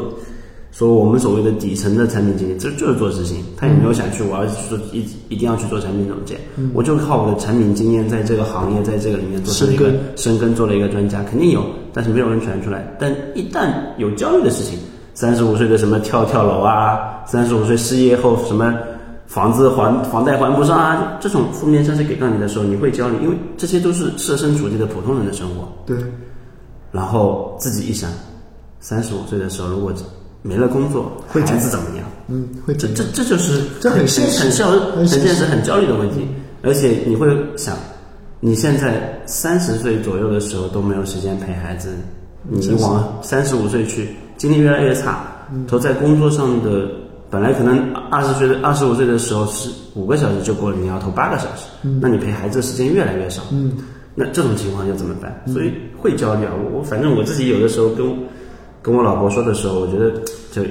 [SPEAKER 2] 说我们所谓的底层的产品经理，这就是做执行，他也没有想去我要去做一一定要去做产品总监，
[SPEAKER 1] 嗯
[SPEAKER 2] 我就靠我的产品经验在这个行业在这个里面做成一个
[SPEAKER 1] 深耕
[SPEAKER 2] 深耕，做了一个专家，肯定有，但是没有人传出来。但一旦有焦虑的事情，三十五岁的什么跳跳楼啊，三十五岁失业后什么房子还房贷还不上啊，这种负面消息给到你的时候，你会焦虑，因为这些都是设身处地的普通人的生活。
[SPEAKER 1] 对，
[SPEAKER 2] 然后自己一想，三十五岁的时候如果没了工作，
[SPEAKER 1] 会
[SPEAKER 2] 孩
[SPEAKER 1] 怎
[SPEAKER 2] 子怎么样？
[SPEAKER 1] 嗯，会
[SPEAKER 2] 这
[SPEAKER 1] 怎
[SPEAKER 2] 这这就是
[SPEAKER 1] 这很现实
[SPEAKER 2] 很焦很
[SPEAKER 1] 很现实
[SPEAKER 2] 现实、很焦虑的问题。而且你会想，你现在三十岁左右的时候都没有时间陪孩子，你往三十五岁去，精力越来越差，
[SPEAKER 1] 嗯
[SPEAKER 2] 投在工作上的本来可能二十岁的二十五岁的时候是五个小时就够了，你要投八个小时，
[SPEAKER 1] 嗯
[SPEAKER 2] 那你陪孩子的时间越来越少，嗯，那这种情况又怎么办？所以会焦虑啊！我我反正我自己有的时候跟我跟我老婆说的时候，我觉得就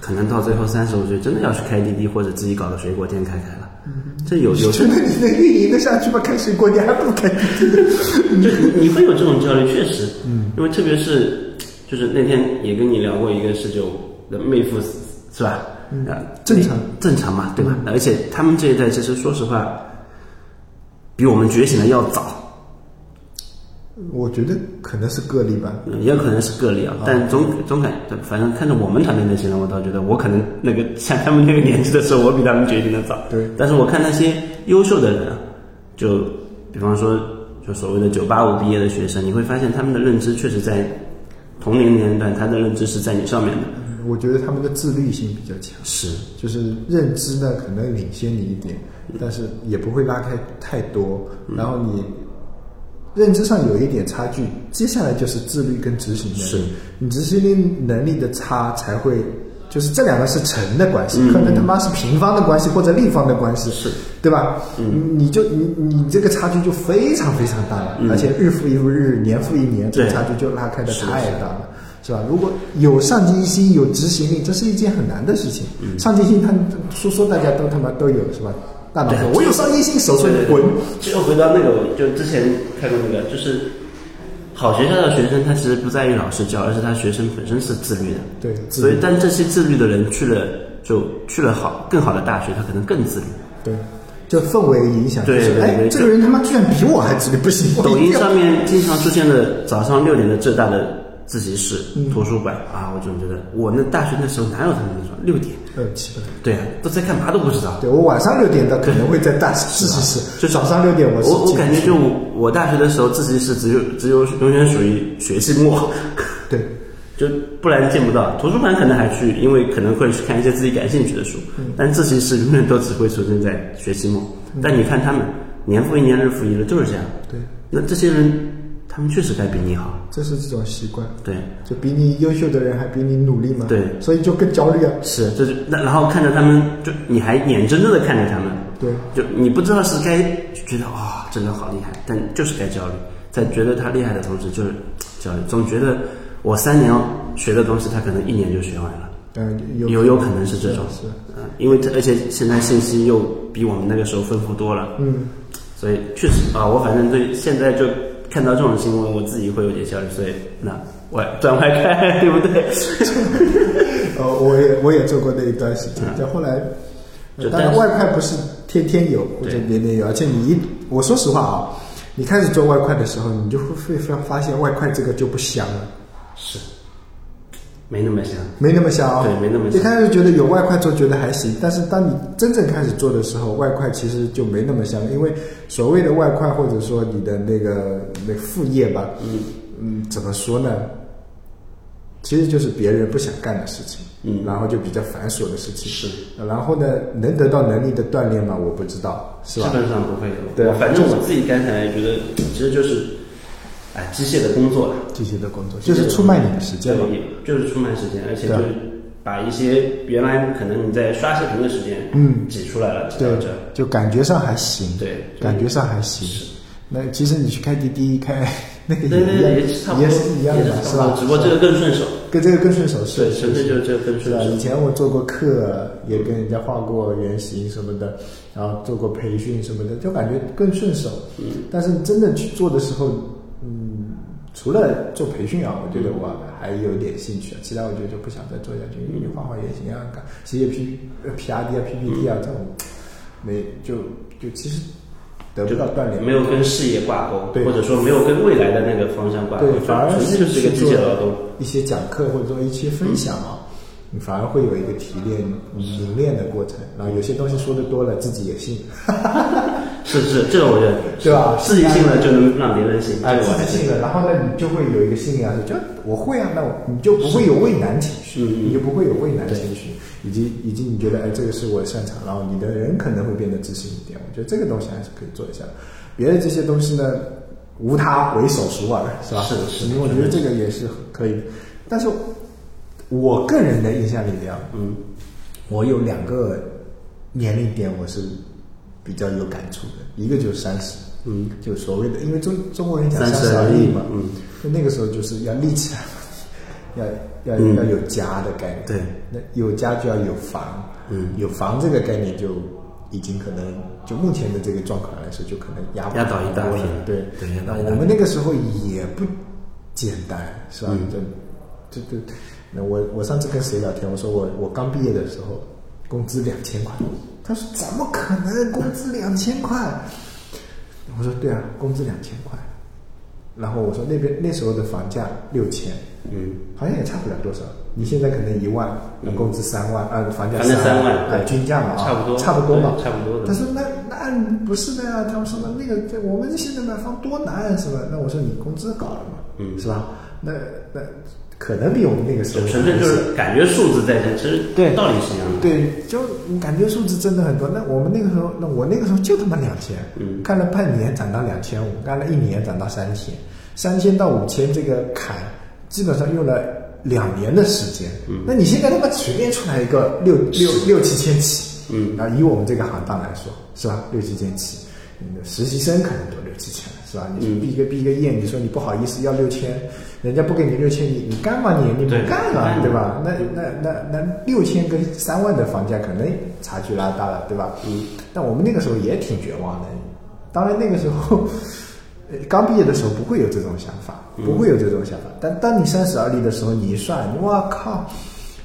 [SPEAKER 2] 可能到最后三十五岁真的要去开滴滴或者自己搞个水果店开开了，这有有
[SPEAKER 1] 觉得你能运营得下去吗？开水果你还不如开滴滴。
[SPEAKER 2] 就你你会有这种焦虑，确实，嗯，因为特别是就是那天也跟你聊过一个事，就妹夫是吧？嗯，
[SPEAKER 1] 正常
[SPEAKER 2] 正常嘛，对吧？而且他们这一代其实说实话，比我们觉醒的要早，
[SPEAKER 1] 我觉得可能是个例吧，
[SPEAKER 2] 嗯也有可能是个例啊，但总总感反正看着我们团队那些人，我倒觉得我可能那个像他们那个年纪的时候，我比他们觉醒的早。
[SPEAKER 1] 对
[SPEAKER 2] 但是我看那些优秀的人啊，就比方说就所谓的九八五毕业的学生，你会发现他们的认知确实在同龄年龄段，他的认知是在你上面的。
[SPEAKER 1] 我觉得他们的自律性比较强，
[SPEAKER 2] 是
[SPEAKER 1] 就是认知呢可能领先你一点，但是也不会拉开太多。然后你认知上有一点差距，接下来就是自律跟执行能力。
[SPEAKER 2] 是
[SPEAKER 1] 你执行力能力的差才会。就是这两个是乘的关系，可能他妈是平方的关系或者立方的关系，
[SPEAKER 2] 是，
[SPEAKER 1] 对吧？嗯，你就你你这个差距就非常非常大了，而且日复一日，年复一年，这个
[SPEAKER 2] 嗯对
[SPEAKER 1] 差距就拉开的太大了，是吧？如果有上进心、有执行力，这是一件很难的事情。
[SPEAKER 2] 嗯
[SPEAKER 1] 上进心，他说说大家都他妈都有，是吧？大脑说
[SPEAKER 2] 对
[SPEAKER 1] 我有上进心，手说
[SPEAKER 2] 对对
[SPEAKER 1] 滚
[SPEAKER 2] 对，这又回到那个，就之前看过那个，就是好学校的学生，他其实不在于老师教，而是他学生本身是自律的。
[SPEAKER 1] 对，自
[SPEAKER 2] 所以
[SPEAKER 1] 律，
[SPEAKER 2] 但这些自律的人去了，就去了好更好的大学，他可能更自律。
[SPEAKER 1] 对，就氛围影响，
[SPEAKER 2] 对
[SPEAKER 1] 就是
[SPEAKER 2] 对
[SPEAKER 1] 哎，
[SPEAKER 2] 对
[SPEAKER 1] 这个人他妈居然比我还自律，不行，我
[SPEAKER 2] 抖
[SPEAKER 1] 一定
[SPEAKER 2] 音
[SPEAKER 1] 要
[SPEAKER 2] 上面经常出现的早上六点的浙大的自习室、
[SPEAKER 1] 嗯
[SPEAKER 2] 图书馆啊，我总觉得我那大学那时候哪有他们那种六点？
[SPEAKER 1] 呃，基本上
[SPEAKER 2] 对啊，都在干嘛都不知道。
[SPEAKER 1] 对我晚上六点的可能会在大是是是，
[SPEAKER 2] 就
[SPEAKER 1] 早上六点我是
[SPEAKER 2] 我我
[SPEAKER 1] 进
[SPEAKER 2] 感觉就我大学的时候自习室只有只有永远属于学期末，
[SPEAKER 1] 对
[SPEAKER 2] 就不然见不到。图书馆可能还去，因为可能会去看一些自己感兴趣的书，但自习室永远都只会出现在学期末。但你看他们年复一年、日复一日就是这样。
[SPEAKER 1] 对，
[SPEAKER 2] 那这些人，他们确实该比你好。
[SPEAKER 1] 这是这种习惯，
[SPEAKER 2] 对，
[SPEAKER 1] 就比你优秀的人还比你努力嘛，
[SPEAKER 2] 对
[SPEAKER 1] 所以就更焦虑啊，
[SPEAKER 2] 是，这就那然后看着他们，就你还眼睁睁的看着他们，
[SPEAKER 1] 对，
[SPEAKER 2] 就你不知道是该觉得啊、真的好厉害，但就是该焦虑，在觉得他厉害的同时，就是焦虑，总觉得我三年学的东西，他可能一年就学完了。
[SPEAKER 1] 嗯，有
[SPEAKER 2] 有有可能是这种，
[SPEAKER 1] 是
[SPEAKER 2] 嗯，因为这而且现在信息又比我们那个时候丰富多了，
[SPEAKER 1] 嗯，
[SPEAKER 2] 所以确实啊，我反正对现在就看到这种新闻，我自己会有点焦虑，所以那我转外开， 对不对？
[SPEAKER 1] 呃，我也我也做过那一段时间，但后来，呃
[SPEAKER 2] 嗯就
[SPEAKER 1] 当
[SPEAKER 2] 但
[SPEAKER 1] 然
[SPEAKER 2] 是
[SPEAKER 1] 外快不是天天有或者
[SPEAKER 2] 对
[SPEAKER 1] 年年有，而且你一我说实话啊，你开始做外快的时候，你就会会发现外快这个就不香了。
[SPEAKER 2] 是，没那么想，
[SPEAKER 1] 没那么香啊、
[SPEAKER 2] 对没那么香
[SPEAKER 1] 一开始觉得有外快做觉得还行，但是当你真正开始做的时候，外快其实就没那么香，因为所谓的外快或者说你的那个那个副业吧，嗯嗯，怎么说呢？其实就是别人不想干的事情，
[SPEAKER 2] 嗯
[SPEAKER 1] 然后就比较繁琐的事情，
[SPEAKER 2] 是。
[SPEAKER 1] 然后呢，能得到能力的锻炼吗？我不知道，是
[SPEAKER 2] 基
[SPEAKER 1] 吧？
[SPEAKER 2] 本上不会有，
[SPEAKER 1] 对啊
[SPEAKER 2] 反正我自己干下来觉得，其实就是，哎，机械的工作了。
[SPEAKER 1] 这些的工作就是出卖你的时间嘛，
[SPEAKER 2] 对，就是出卖时间，而且就
[SPEAKER 1] 对啊
[SPEAKER 2] 是把一些原来可能你在刷视频的时间，
[SPEAKER 1] 嗯，
[SPEAKER 2] 挤出来了，挤到
[SPEAKER 1] 对
[SPEAKER 2] 这儿，，
[SPEAKER 1] 就感觉上还行，
[SPEAKER 2] 对就
[SPEAKER 1] 感觉上还行。那其实你去开滴滴开那个
[SPEAKER 2] 对
[SPEAKER 1] 一
[SPEAKER 2] 对
[SPEAKER 1] 样，
[SPEAKER 2] 对，也是差不多，
[SPEAKER 1] 也是一样
[SPEAKER 2] 也
[SPEAKER 1] 的，
[SPEAKER 2] 差不
[SPEAKER 1] 吧
[SPEAKER 2] 多，？只不过这个更顺手，
[SPEAKER 1] 跟这个更顺手
[SPEAKER 2] 对，
[SPEAKER 1] 是，
[SPEAKER 2] 纯粹就是这个更
[SPEAKER 1] 是吧？
[SPEAKER 2] 顺
[SPEAKER 1] 以
[SPEAKER 2] 手，
[SPEAKER 1] 前我做过课，也跟人家画过原型什么的，然后做过培训什么的，就感觉更顺手。嗯，但是真的去做的时候，嗯，除了做培训啊，我觉得我还有点兴趣啊，其他我觉得就不想再做下去，因为画画原型啊、干写写 P P R D 啊、P P T 啊这种，没就就其实得不到锻炼，
[SPEAKER 2] 没有跟事业挂钩，
[SPEAKER 1] 对
[SPEAKER 2] 或者说没有跟未来的那个方向挂钩，
[SPEAKER 1] 对，反而
[SPEAKER 2] 纯粹就是一个
[SPEAKER 1] 去
[SPEAKER 2] 机
[SPEAKER 1] 做
[SPEAKER 2] 械劳动。
[SPEAKER 1] 一些讲课或者说一些分享啊，你反而会有一个提炼、
[SPEAKER 2] 嗯
[SPEAKER 1] 凝练的过程。然后有些东西说的多了，自己也信，
[SPEAKER 2] 是是，这个我觉得
[SPEAKER 1] 对吧啊
[SPEAKER 2] 自己信了就能让别人信，这
[SPEAKER 1] 哎，
[SPEAKER 2] 个我
[SPEAKER 1] 自
[SPEAKER 2] 还
[SPEAKER 1] 己
[SPEAKER 2] 是
[SPEAKER 1] 信了，然后呢，你就会有一个信仰，就我会啊，那我你就不会有畏难情绪，
[SPEAKER 2] 嗯
[SPEAKER 1] 你就不会有畏难情绪，以及以及你觉得哎，这个是我擅长，然后你的人可能会变得自信一点。我觉得这个东西还是可以做一下的，别的这些东西呢，无他唯手熟耳，是吧？
[SPEAKER 2] 是的是的
[SPEAKER 1] 我觉得这个也是可以的，但是我个人的印象里面啊，
[SPEAKER 2] 嗯，
[SPEAKER 1] 我有两个年龄点我是比较有感触的，一个就是三十，
[SPEAKER 2] 嗯，
[SPEAKER 1] 就所谓的，因为中中国人讲
[SPEAKER 2] 三
[SPEAKER 1] 三
[SPEAKER 2] 十
[SPEAKER 1] 十而
[SPEAKER 2] 而
[SPEAKER 1] 立
[SPEAKER 2] 立
[SPEAKER 1] 嘛，
[SPEAKER 2] 嗯，
[SPEAKER 1] 就那个时候就是要立起来，要要、
[SPEAKER 2] 嗯
[SPEAKER 1] 要有家的概念，
[SPEAKER 2] 对，
[SPEAKER 1] 那有家就要有房，
[SPEAKER 2] 嗯，
[SPEAKER 1] 有房这个概念就已经可能就目前的这个状况来说，就可能压
[SPEAKER 2] 压倒一大
[SPEAKER 1] 很多
[SPEAKER 2] 片
[SPEAKER 1] 了对
[SPEAKER 2] 对压
[SPEAKER 1] 那
[SPEAKER 2] 倒一大
[SPEAKER 1] 我们那个时候也不简单，是吧？
[SPEAKER 2] 嗯
[SPEAKER 1] 这这这，那我我上次跟谁聊天，我说我我刚毕业的时候工资两千块，他说怎么可能工资两千块？我说对啊，工资两千块，然后我说那边那时候的房价六千，
[SPEAKER 2] 嗯，
[SPEAKER 1] 好像也差不了多少。你现在可能一万，那工资三万，啊，房价
[SPEAKER 2] 房价
[SPEAKER 1] 三
[SPEAKER 2] 三万
[SPEAKER 1] 啊，
[SPEAKER 2] 对
[SPEAKER 1] 均价嘛，啊
[SPEAKER 2] 差不多
[SPEAKER 1] 差不多嘛，
[SPEAKER 2] 对差不多的
[SPEAKER 1] 他说那那不是的呀，他们说的那个，这我们现在买房多难啊，是吧？那我说你工资高了嘛，
[SPEAKER 2] 嗯
[SPEAKER 1] 是吧？那那可能比我们那个时候
[SPEAKER 2] 纯粹就是感觉数字在这，其实
[SPEAKER 1] 对
[SPEAKER 2] 道理是一样的。
[SPEAKER 1] 对，就你感觉数字真的很多。那我们那个时候，那我那个时候就他妈两千，
[SPEAKER 2] 嗯
[SPEAKER 1] 干了半年涨到两千五，干了一年涨到三千，三千到五千这个坎，基本上用了两年的时间。嗯，那你现在他妈随便出来一个六六六七千起，
[SPEAKER 2] 嗯，
[SPEAKER 1] 啊，以我们这个行当来说，是吧？六七千起，你的实习生可能都六七千了，是吧？你
[SPEAKER 2] 嗯
[SPEAKER 1] 毕一个毕一个业，你说你不好意思要六千，人家不给你六千，你你干嘛你你不
[SPEAKER 2] 对
[SPEAKER 1] 干
[SPEAKER 2] 干
[SPEAKER 1] 了，
[SPEAKER 2] 嘛
[SPEAKER 1] 对吧？那那那那六千跟三万的房价可能差距拉大了，对吧？
[SPEAKER 2] 嗯，
[SPEAKER 1] 但我们那个时候也挺绝望的。当然那个时候， 呃刚毕业的时候不会有这种想法，不会有这种想法。但当你三十而立的时候，你一算，哇靠，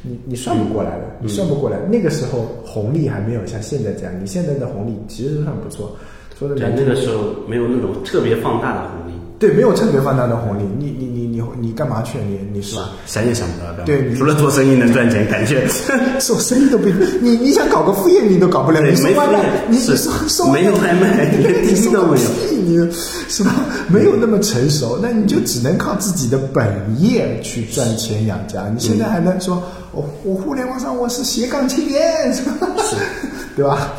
[SPEAKER 1] 你你算不过来了，你算不过来。那个时候红利还没有像现在这样，你现在的红利其实算不错。说的
[SPEAKER 2] 对，
[SPEAKER 1] 难听
[SPEAKER 2] 那个时候没有那种特别放大的红利，
[SPEAKER 1] 对，没有特别放大的红利，你你你你你干嘛去？你你是吧？
[SPEAKER 2] 想也想不到。
[SPEAKER 1] 对你
[SPEAKER 2] 除了做生意能赚钱，感觉
[SPEAKER 1] 做生意都不，你你想搞个副业你都搞不了，
[SPEAKER 2] 对
[SPEAKER 1] 你送
[SPEAKER 2] 没
[SPEAKER 1] 外
[SPEAKER 2] 副业
[SPEAKER 1] 卖，你你
[SPEAKER 2] 是
[SPEAKER 1] 送送
[SPEAKER 2] 没有外卖
[SPEAKER 1] 对
[SPEAKER 2] 连滴
[SPEAKER 1] 你
[SPEAKER 2] 滴
[SPEAKER 1] 送
[SPEAKER 2] 都
[SPEAKER 1] 个
[SPEAKER 2] 没有
[SPEAKER 1] 屁，你是吧？没有那么成熟，那你就只能靠自己的本业去赚钱养家。你现在还能说，我、我互联网上我是斜杠青年，是吧？ 对吧？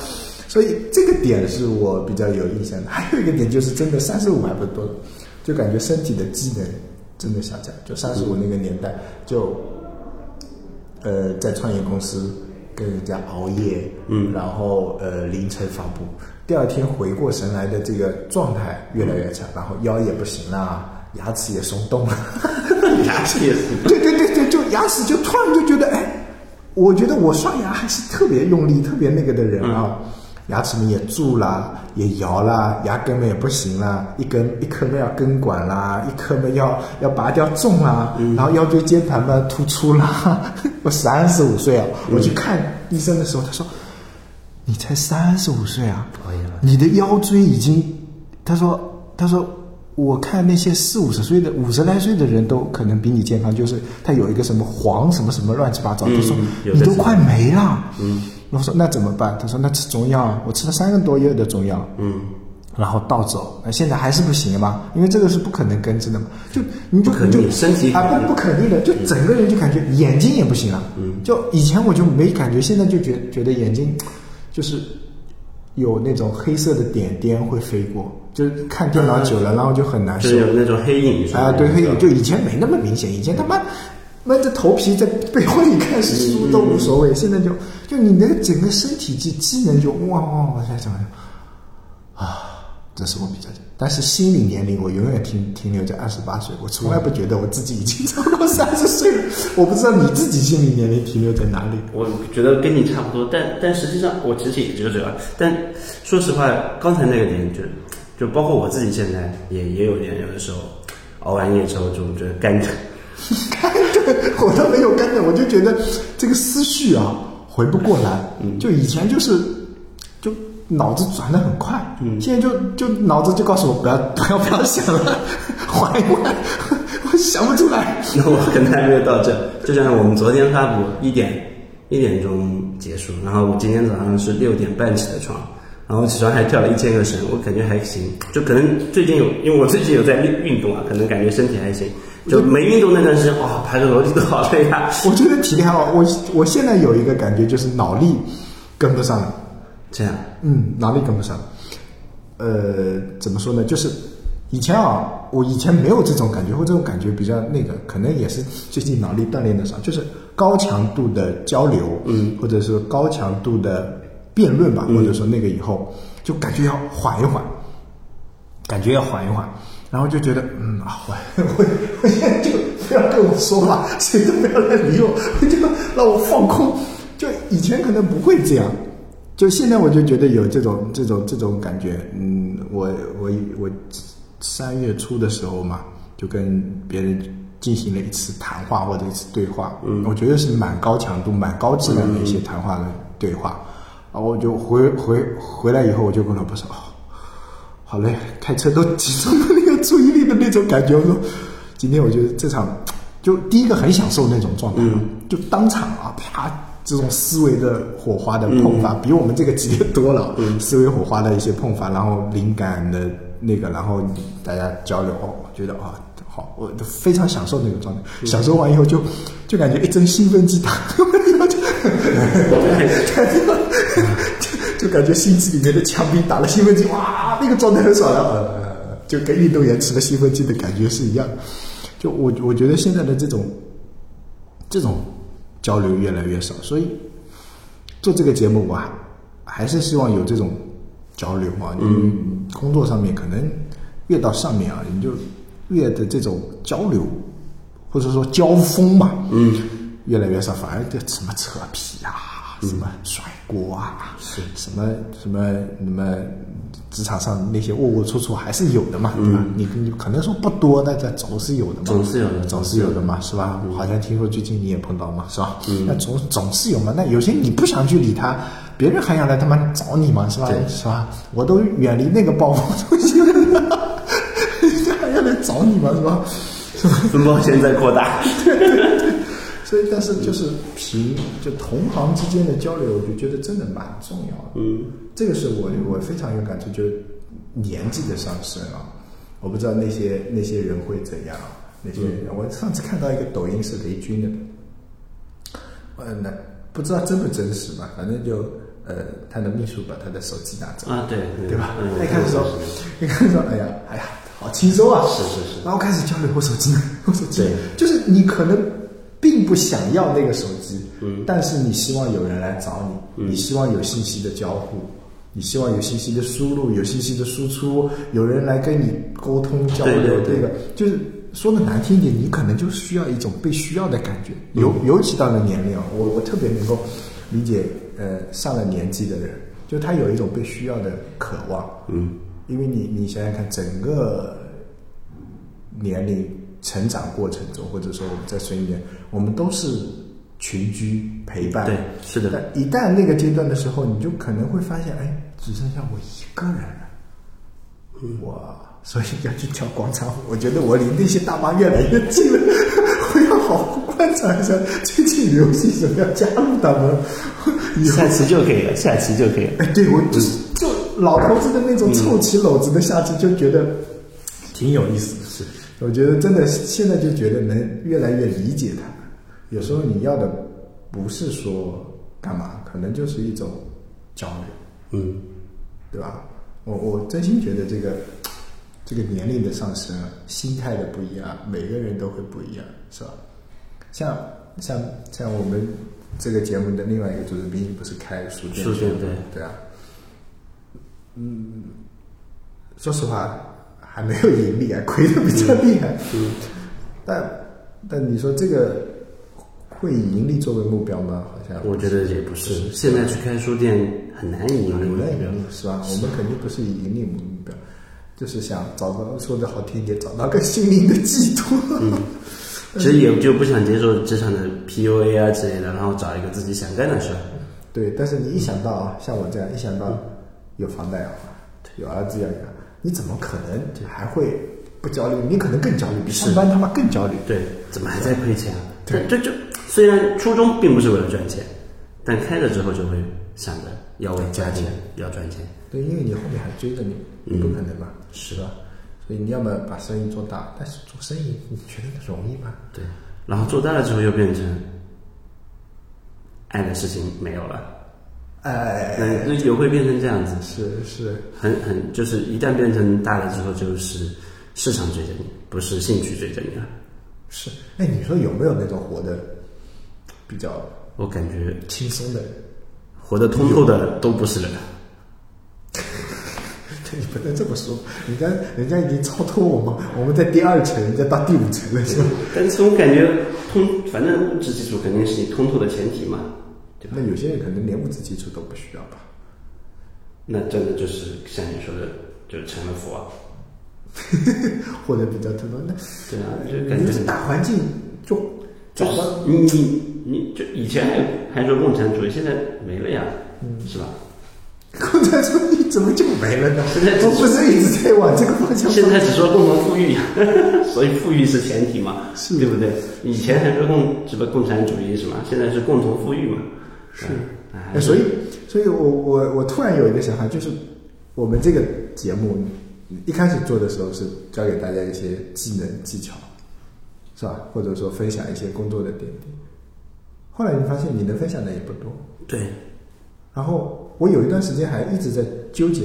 [SPEAKER 1] 所以这个点是我比较有印象的。还有一个点就是，真的三十五还不多，就感觉身体的机能真的下降。就三十五那个年代，就呃，在创业公司跟人家熬夜，嗯，然后呃凌晨发布，第二天回过神来的这个状态越来越差，然后腰也不行了，牙齿也松动了，
[SPEAKER 2] 牙齿也是。
[SPEAKER 1] 对对对对，就牙齿就突然就觉得，哎，我觉得我刷牙还是特别用力、特别那个的人啊，牙齿们也蛀啦，也摇啦，牙根们也不行啦，一根一颗们要根管啦，一颗们要要拔掉种啦，然后腰椎间盘嘛突出啦。我三十五岁啊，我去看医生的时候，他说。你才三十五岁啊！
[SPEAKER 2] 哎呀
[SPEAKER 1] 你的腰椎已经，他说，他说，我看那些四五十岁的、五十来岁的人都可能比你健康，就是他有一个什么黄什么什么乱七八糟，
[SPEAKER 2] 嗯
[SPEAKER 1] 他说
[SPEAKER 2] 有
[SPEAKER 1] 你
[SPEAKER 2] 在
[SPEAKER 1] 都
[SPEAKER 2] 吃
[SPEAKER 1] 快没了。嗯，我说那怎么办？他说那吃中药啊，我吃了三个多月的中药。
[SPEAKER 2] 嗯，
[SPEAKER 1] 然后倒走，那现在还是不行嘛，因为这个是不可能根治的嘛，就你就
[SPEAKER 2] 不可逆
[SPEAKER 1] 就
[SPEAKER 2] 身体嗯
[SPEAKER 1] 啊
[SPEAKER 2] 可逆
[SPEAKER 1] 不不可逆的，就整个人就感觉眼睛也不行了，嗯，就以前我就没感觉，现在就觉觉得眼睛就是有那种黑色的点点会飞过，就是看电脑久了，然后就很难
[SPEAKER 2] 就
[SPEAKER 1] 受，
[SPEAKER 2] 是有那种黑影是吧
[SPEAKER 1] 啊，对，黑影就以前没那么明显，以前他妈闷着头皮在被窝里看书都无所谓，现在就就你的整个身体机机能就哇哇哇在怎么啊，这是我比较，但是心理年龄我永远停停留在二十八岁，我从来不觉得我自己已经超过三十岁了，我不知道你自己心理年龄停留在哪里。
[SPEAKER 2] 我觉得跟你差不多，但但实际上我其实也就这样。但说实话，刚才那个点就就包括我自己现在也也有点，有的时候熬完夜之后就觉得干疼。
[SPEAKER 1] 我都没有跟着，我就觉得这个思绪啊回不过来，就以前就是就脑子转的很快，现在就就脑子就告诉我不要不要不要想了， 缓一缓，我想不出 来。
[SPEAKER 2] 那我可能还没有到这，就像我们昨天发布一点一点钟结束，然后我今天早上是六点半起的床，然后起床还跳了一千个绳，我感觉还行，就可能最近有，因为我最近有在运运动啊，可能感觉身体还行。就没运动那段时间，哇，爬个楼梯都好累啊！
[SPEAKER 1] 我觉得体力还好，我我现在有一个感觉就是脑力跟不上了。
[SPEAKER 2] 这样，
[SPEAKER 1] 嗯，脑力跟不上。呃，怎么说呢？就是以前啊，我以前没有这种感觉，或这种感觉比较那个，可能也是最近脑力锻炼的少，就是高强度的交流，嗯，或者是高强度的辩论吧，或者说那个以后，就感觉要缓一缓，感觉要缓一缓，然后就觉得嗯啊，缓，我我现在就不要跟我说话， 谁都不要来理我，我就让我放空。就以前可能不会这样，就现在我就觉得有这种这种这种感觉。嗯，我我我三月初的时候嘛，就跟别人进行了一次谈话或者一次对话，嗯，我觉得是蛮高强度、蛮高质量的一些谈话的对话。然后我就回回回来以后，我就跟老婆说。哦好嘞，开车都集中了那个注意力的那种感觉。我说，今天我觉得这场，就第一个很享受那种状态，就当场啊，啪，这种思维的火花的碰发，比我们这个激烈多了。思维火花的一些碰发，然后灵感的那个，然后大家交流，哦，我觉得啊、好，我都非常享受那种状态。享受完以后就就感觉一阵兴奋剂 打， 就感觉心肌里面的枪兵打了兴奋剂，哇，那个状态很爽啊，呃就跟运动员吃了兴奋剂的感觉是一样的。就我我觉得现在的这种这种交流越来越少，所以做这个节目我还还是希望有这种交流嘛。嗯，工作上面可能越到上面啊，你就越的这种交流或者说交锋吧，嗯，越来越少，反而就什么扯皮啊，
[SPEAKER 2] 嗯
[SPEAKER 1] 什么甩锅啊，是什么什么什么职场上那些龌龌龊龊还是有的嘛，对吧？你你可能说不多，但这总是有的嘛，
[SPEAKER 2] 嗯总是有的
[SPEAKER 1] 总是有的嘛，是吧？我好像听说最近你也碰到嘛，是吧？那总总是有嘛。那有些你不想去理他，别人还想来他妈找你嘛，是吧？是吧？我都远离那个 暴风中心了，人家还要来找你嘛，是吧？
[SPEAKER 2] 分包现在扩大，
[SPEAKER 1] 所以，但是就是平就同行之间的交流，我就觉得真的蛮重要的。嗯，这个是我我非常有感触，就是年纪的上升啊，我不知道那些那些人会怎样，那些人，我上次看到一个抖音是雷军的，呃，那不知道真不真实吧，反正就呃，他的秘书把他的手机拿走，
[SPEAKER 2] 啊，对
[SPEAKER 1] 对吧？
[SPEAKER 2] 嗯
[SPEAKER 1] 一开始说，一开始说，哎呀，哎呀，好轻松啊！
[SPEAKER 2] 是是是
[SPEAKER 1] 然后开始交流，我手机呢？ 我手机呢
[SPEAKER 2] 对？
[SPEAKER 1] 就是你可能并不想要那个手机，嗯，但是你希望有人来找你，
[SPEAKER 2] 嗯
[SPEAKER 1] 你希望有信息的交互，你希望有信息的输入，有信息的输出，有人来跟你沟通交流，
[SPEAKER 2] 对对对
[SPEAKER 1] 这个就是。说的难听一点，你可能就需要一种被需要的感觉，
[SPEAKER 2] 嗯
[SPEAKER 1] 尤尤其到了年龄啊，我我特别能够理解，呃，上了年纪的人，就他有一种被需要的渴望，
[SPEAKER 2] 嗯，
[SPEAKER 1] 因为你你想想看，整个年龄成长过程中，或者说我们在水里面，我们都是群居陪伴。
[SPEAKER 2] 对是的
[SPEAKER 1] 但一旦那个阶段的时候，你就可能会发现，哎，只剩下我一个人了。我所以要去跳广场舞。我觉得我离那些大妈越来越近了，我要好好观察一下最近流行什么，要加入他们。以后
[SPEAKER 2] 下棋就可以了，下棋就可以了，
[SPEAKER 1] 哎，对我就是就老头子的那种凑齐篓子的下去，就觉得挺有意思的。是，我觉得真的现在就觉得能越来越理解他。有时候你要的不是说干嘛，可能就是一种交流，
[SPEAKER 2] 嗯，
[SPEAKER 1] 对吧？我我真心觉得这个这个年龄的上升啊，心态的不一样，啊每个人都会不一样，是吧？像像像我们这个节目的另外一个主持人，毕竟不是开书店
[SPEAKER 2] 书店
[SPEAKER 1] 的
[SPEAKER 2] 对
[SPEAKER 1] 对啊，嗯，说实话还没有盈利啊，亏的比较厉害，嗯，但但你说这个会以盈利作为目标吗？好像
[SPEAKER 2] 啊我觉得也不是，现在去开书店很难嗯盈利
[SPEAKER 1] 有
[SPEAKER 2] 目
[SPEAKER 1] 了
[SPEAKER 2] 标
[SPEAKER 1] 盈利是吧？我们肯定不是以盈利为目标，就是想找到说的好听一点，找到个心灵的寄托。
[SPEAKER 2] 其实也就不想接受职场的 PUA 啊之类的，然后找一个自己想干的事儿。
[SPEAKER 1] 对，但是你一想到啊，像我这样一想到有房贷要还，有儿子要养，你怎么可能还会不焦虑？你可能更焦虑，比上班他妈更焦虑。
[SPEAKER 2] 对，怎么还在亏钱啊？对，这就虽然初衷并不是为了赚钱，但开了之后就会想着要为家庭要赚钱。
[SPEAKER 1] 对，因为你后面还追着你，你不可能嘛，是吧？所以你要么把生意做大，但是做生意你觉得容易吗？
[SPEAKER 2] 对，然后做大了之后又变成爱的事情没有了，
[SPEAKER 1] 哎，
[SPEAKER 2] 那那也会变成这样子，
[SPEAKER 1] 是是，
[SPEAKER 2] 很很就是一旦变成大了之后，就是市场追着你，不是兴趣追着你了。
[SPEAKER 1] 是，哎，你说有没有那种活的比较
[SPEAKER 2] 我感觉
[SPEAKER 1] 轻松的人？
[SPEAKER 2] 活得通透的都不是人了。
[SPEAKER 1] 你不能这么说，人家人家已经超脱我们，我们在第二层，人家到第五层了，是吧？
[SPEAKER 2] 但是我感觉通，反正物质基础肯定是你通透的前提嘛，对吧？
[SPEAKER 1] 那有些人可能连物质基础都不需要吧？
[SPEAKER 2] 那真的就是像你说的，就成了佛啊。
[SPEAKER 1] 或者比较特殊，那
[SPEAKER 2] 对啊，就感
[SPEAKER 1] 你
[SPEAKER 2] 觉
[SPEAKER 1] 这大环境就
[SPEAKER 2] 就
[SPEAKER 1] 找
[SPEAKER 2] 是
[SPEAKER 1] 到
[SPEAKER 2] 你你你就以前还还说共产主义，现在没了呀，是吧？
[SPEAKER 1] 共产主义怎么就没了呢？
[SPEAKER 2] 现在 只
[SPEAKER 1] 我不是一直在往这个方向
[SPEAKER 2] 现
[SPEAKER 1] 发
[SPEAKER 2] 在
[SPEAKER 1] 展？
[SPEAKER 2] 只说共同富裕，啊 所以富裕是前提嘛，
[SPEAKER 1] 是
[SPEAKER 2] 对不对？以前还说共什么共产主义什么，现在是共同富裕嘛，是
[SPEAKER 1] 哎所以，所以我我我突然有一个想法，就是我们这个节目一开始做的时候是教给大家一些技能技巧，是吧？或者说分享一些工作的点滴。后来你发现你能分享的也不多，
[SPEAKER 2] 对，
[SPEAKER 1] 然后我有一段时间还一直在纠结，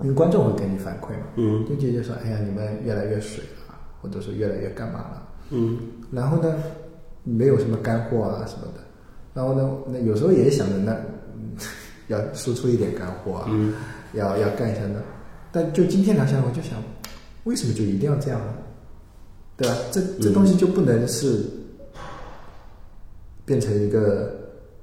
[SPEAKER 1] 因为观众会给你反馈嘛，
[SPEAKER 2] 嗯
[SPEAKER 1] 纠结就说：“哎呀，你们越来越水了，或者说越来越干嘛了。”
[SPEAKER 2] 嗯
[SPEAKER 1] 然后呢，没有什么干货啊什么的。然后呢，那有时候也想着那 嗯要输出一点干货啊，
[SPEAKER 2] 嗯
[SPEAKER 1] 要要干一下那。但就今天聊下来，我就想，为什么就一定要这样呢？对吧？这这东西就不能是变成一个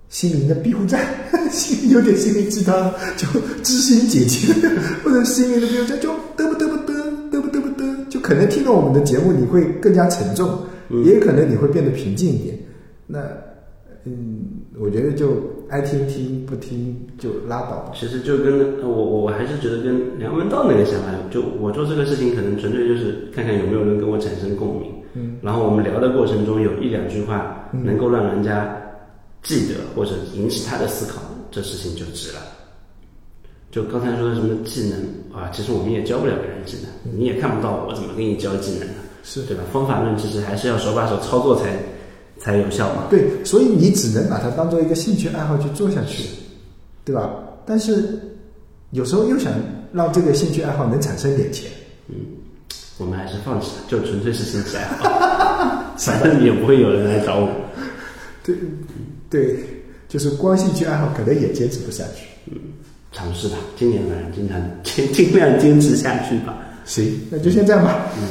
[SPEAKER 1] 心灵的庇护站， 心有点心灵鸡汤，就知心姐姐， 或者心灵的庇护站，就嘚不嘚不嘚嘚不嘚不嘚，就可能听了我们的节目，你会更加沉重，
[SPEAKER 2] 嗯
[SPEAKER 1] 也有可能你会变得平静一点。那嗯，我觉得就爱听听，不听就拉倒吧。
[SPEAKER 2] 其实就跟呃我我我还是觉得跟梁文道那个想法，就我做这个事情可能纯粹就是看看有没有人跟我产生共鸣，
[SPEAKER 1] 嗯，
[SPEAKER 2] 然后我们聊的过程中有一两句话
[SPEAKER 1] 嗯
[SPEAKER 2] 能够让人家记得或者引起他的思考，这事情就值了。就刚才说的什么技能啊，其实我们也教不了别人技能，你也看不到我怎么给你教技能啊，
[SPEAKER 1] 是
[SPEAKER 2] 对吧？方法论其实还是要手把手操作才才有效嘛。
[SPEAKER 1] 对，所以你只能把它当做一个兴趣爱好去做下去，对吧？但是有时候又想让这个兴趣爱好能产生点钱，
[SPEAKER 2] 我们还是放弃了，就纯粹是兴趣爱 好，反正也不会有人来找我。
[SPEAKER 1] 对，对，就是光兴趣爱好可能也坚持不下去。
[SPEAKER 2] 尝 试吧，今年反正经常尽尽量坚持下去吧。
[SPEAKER 1] 行，那就先这样吧。嗯，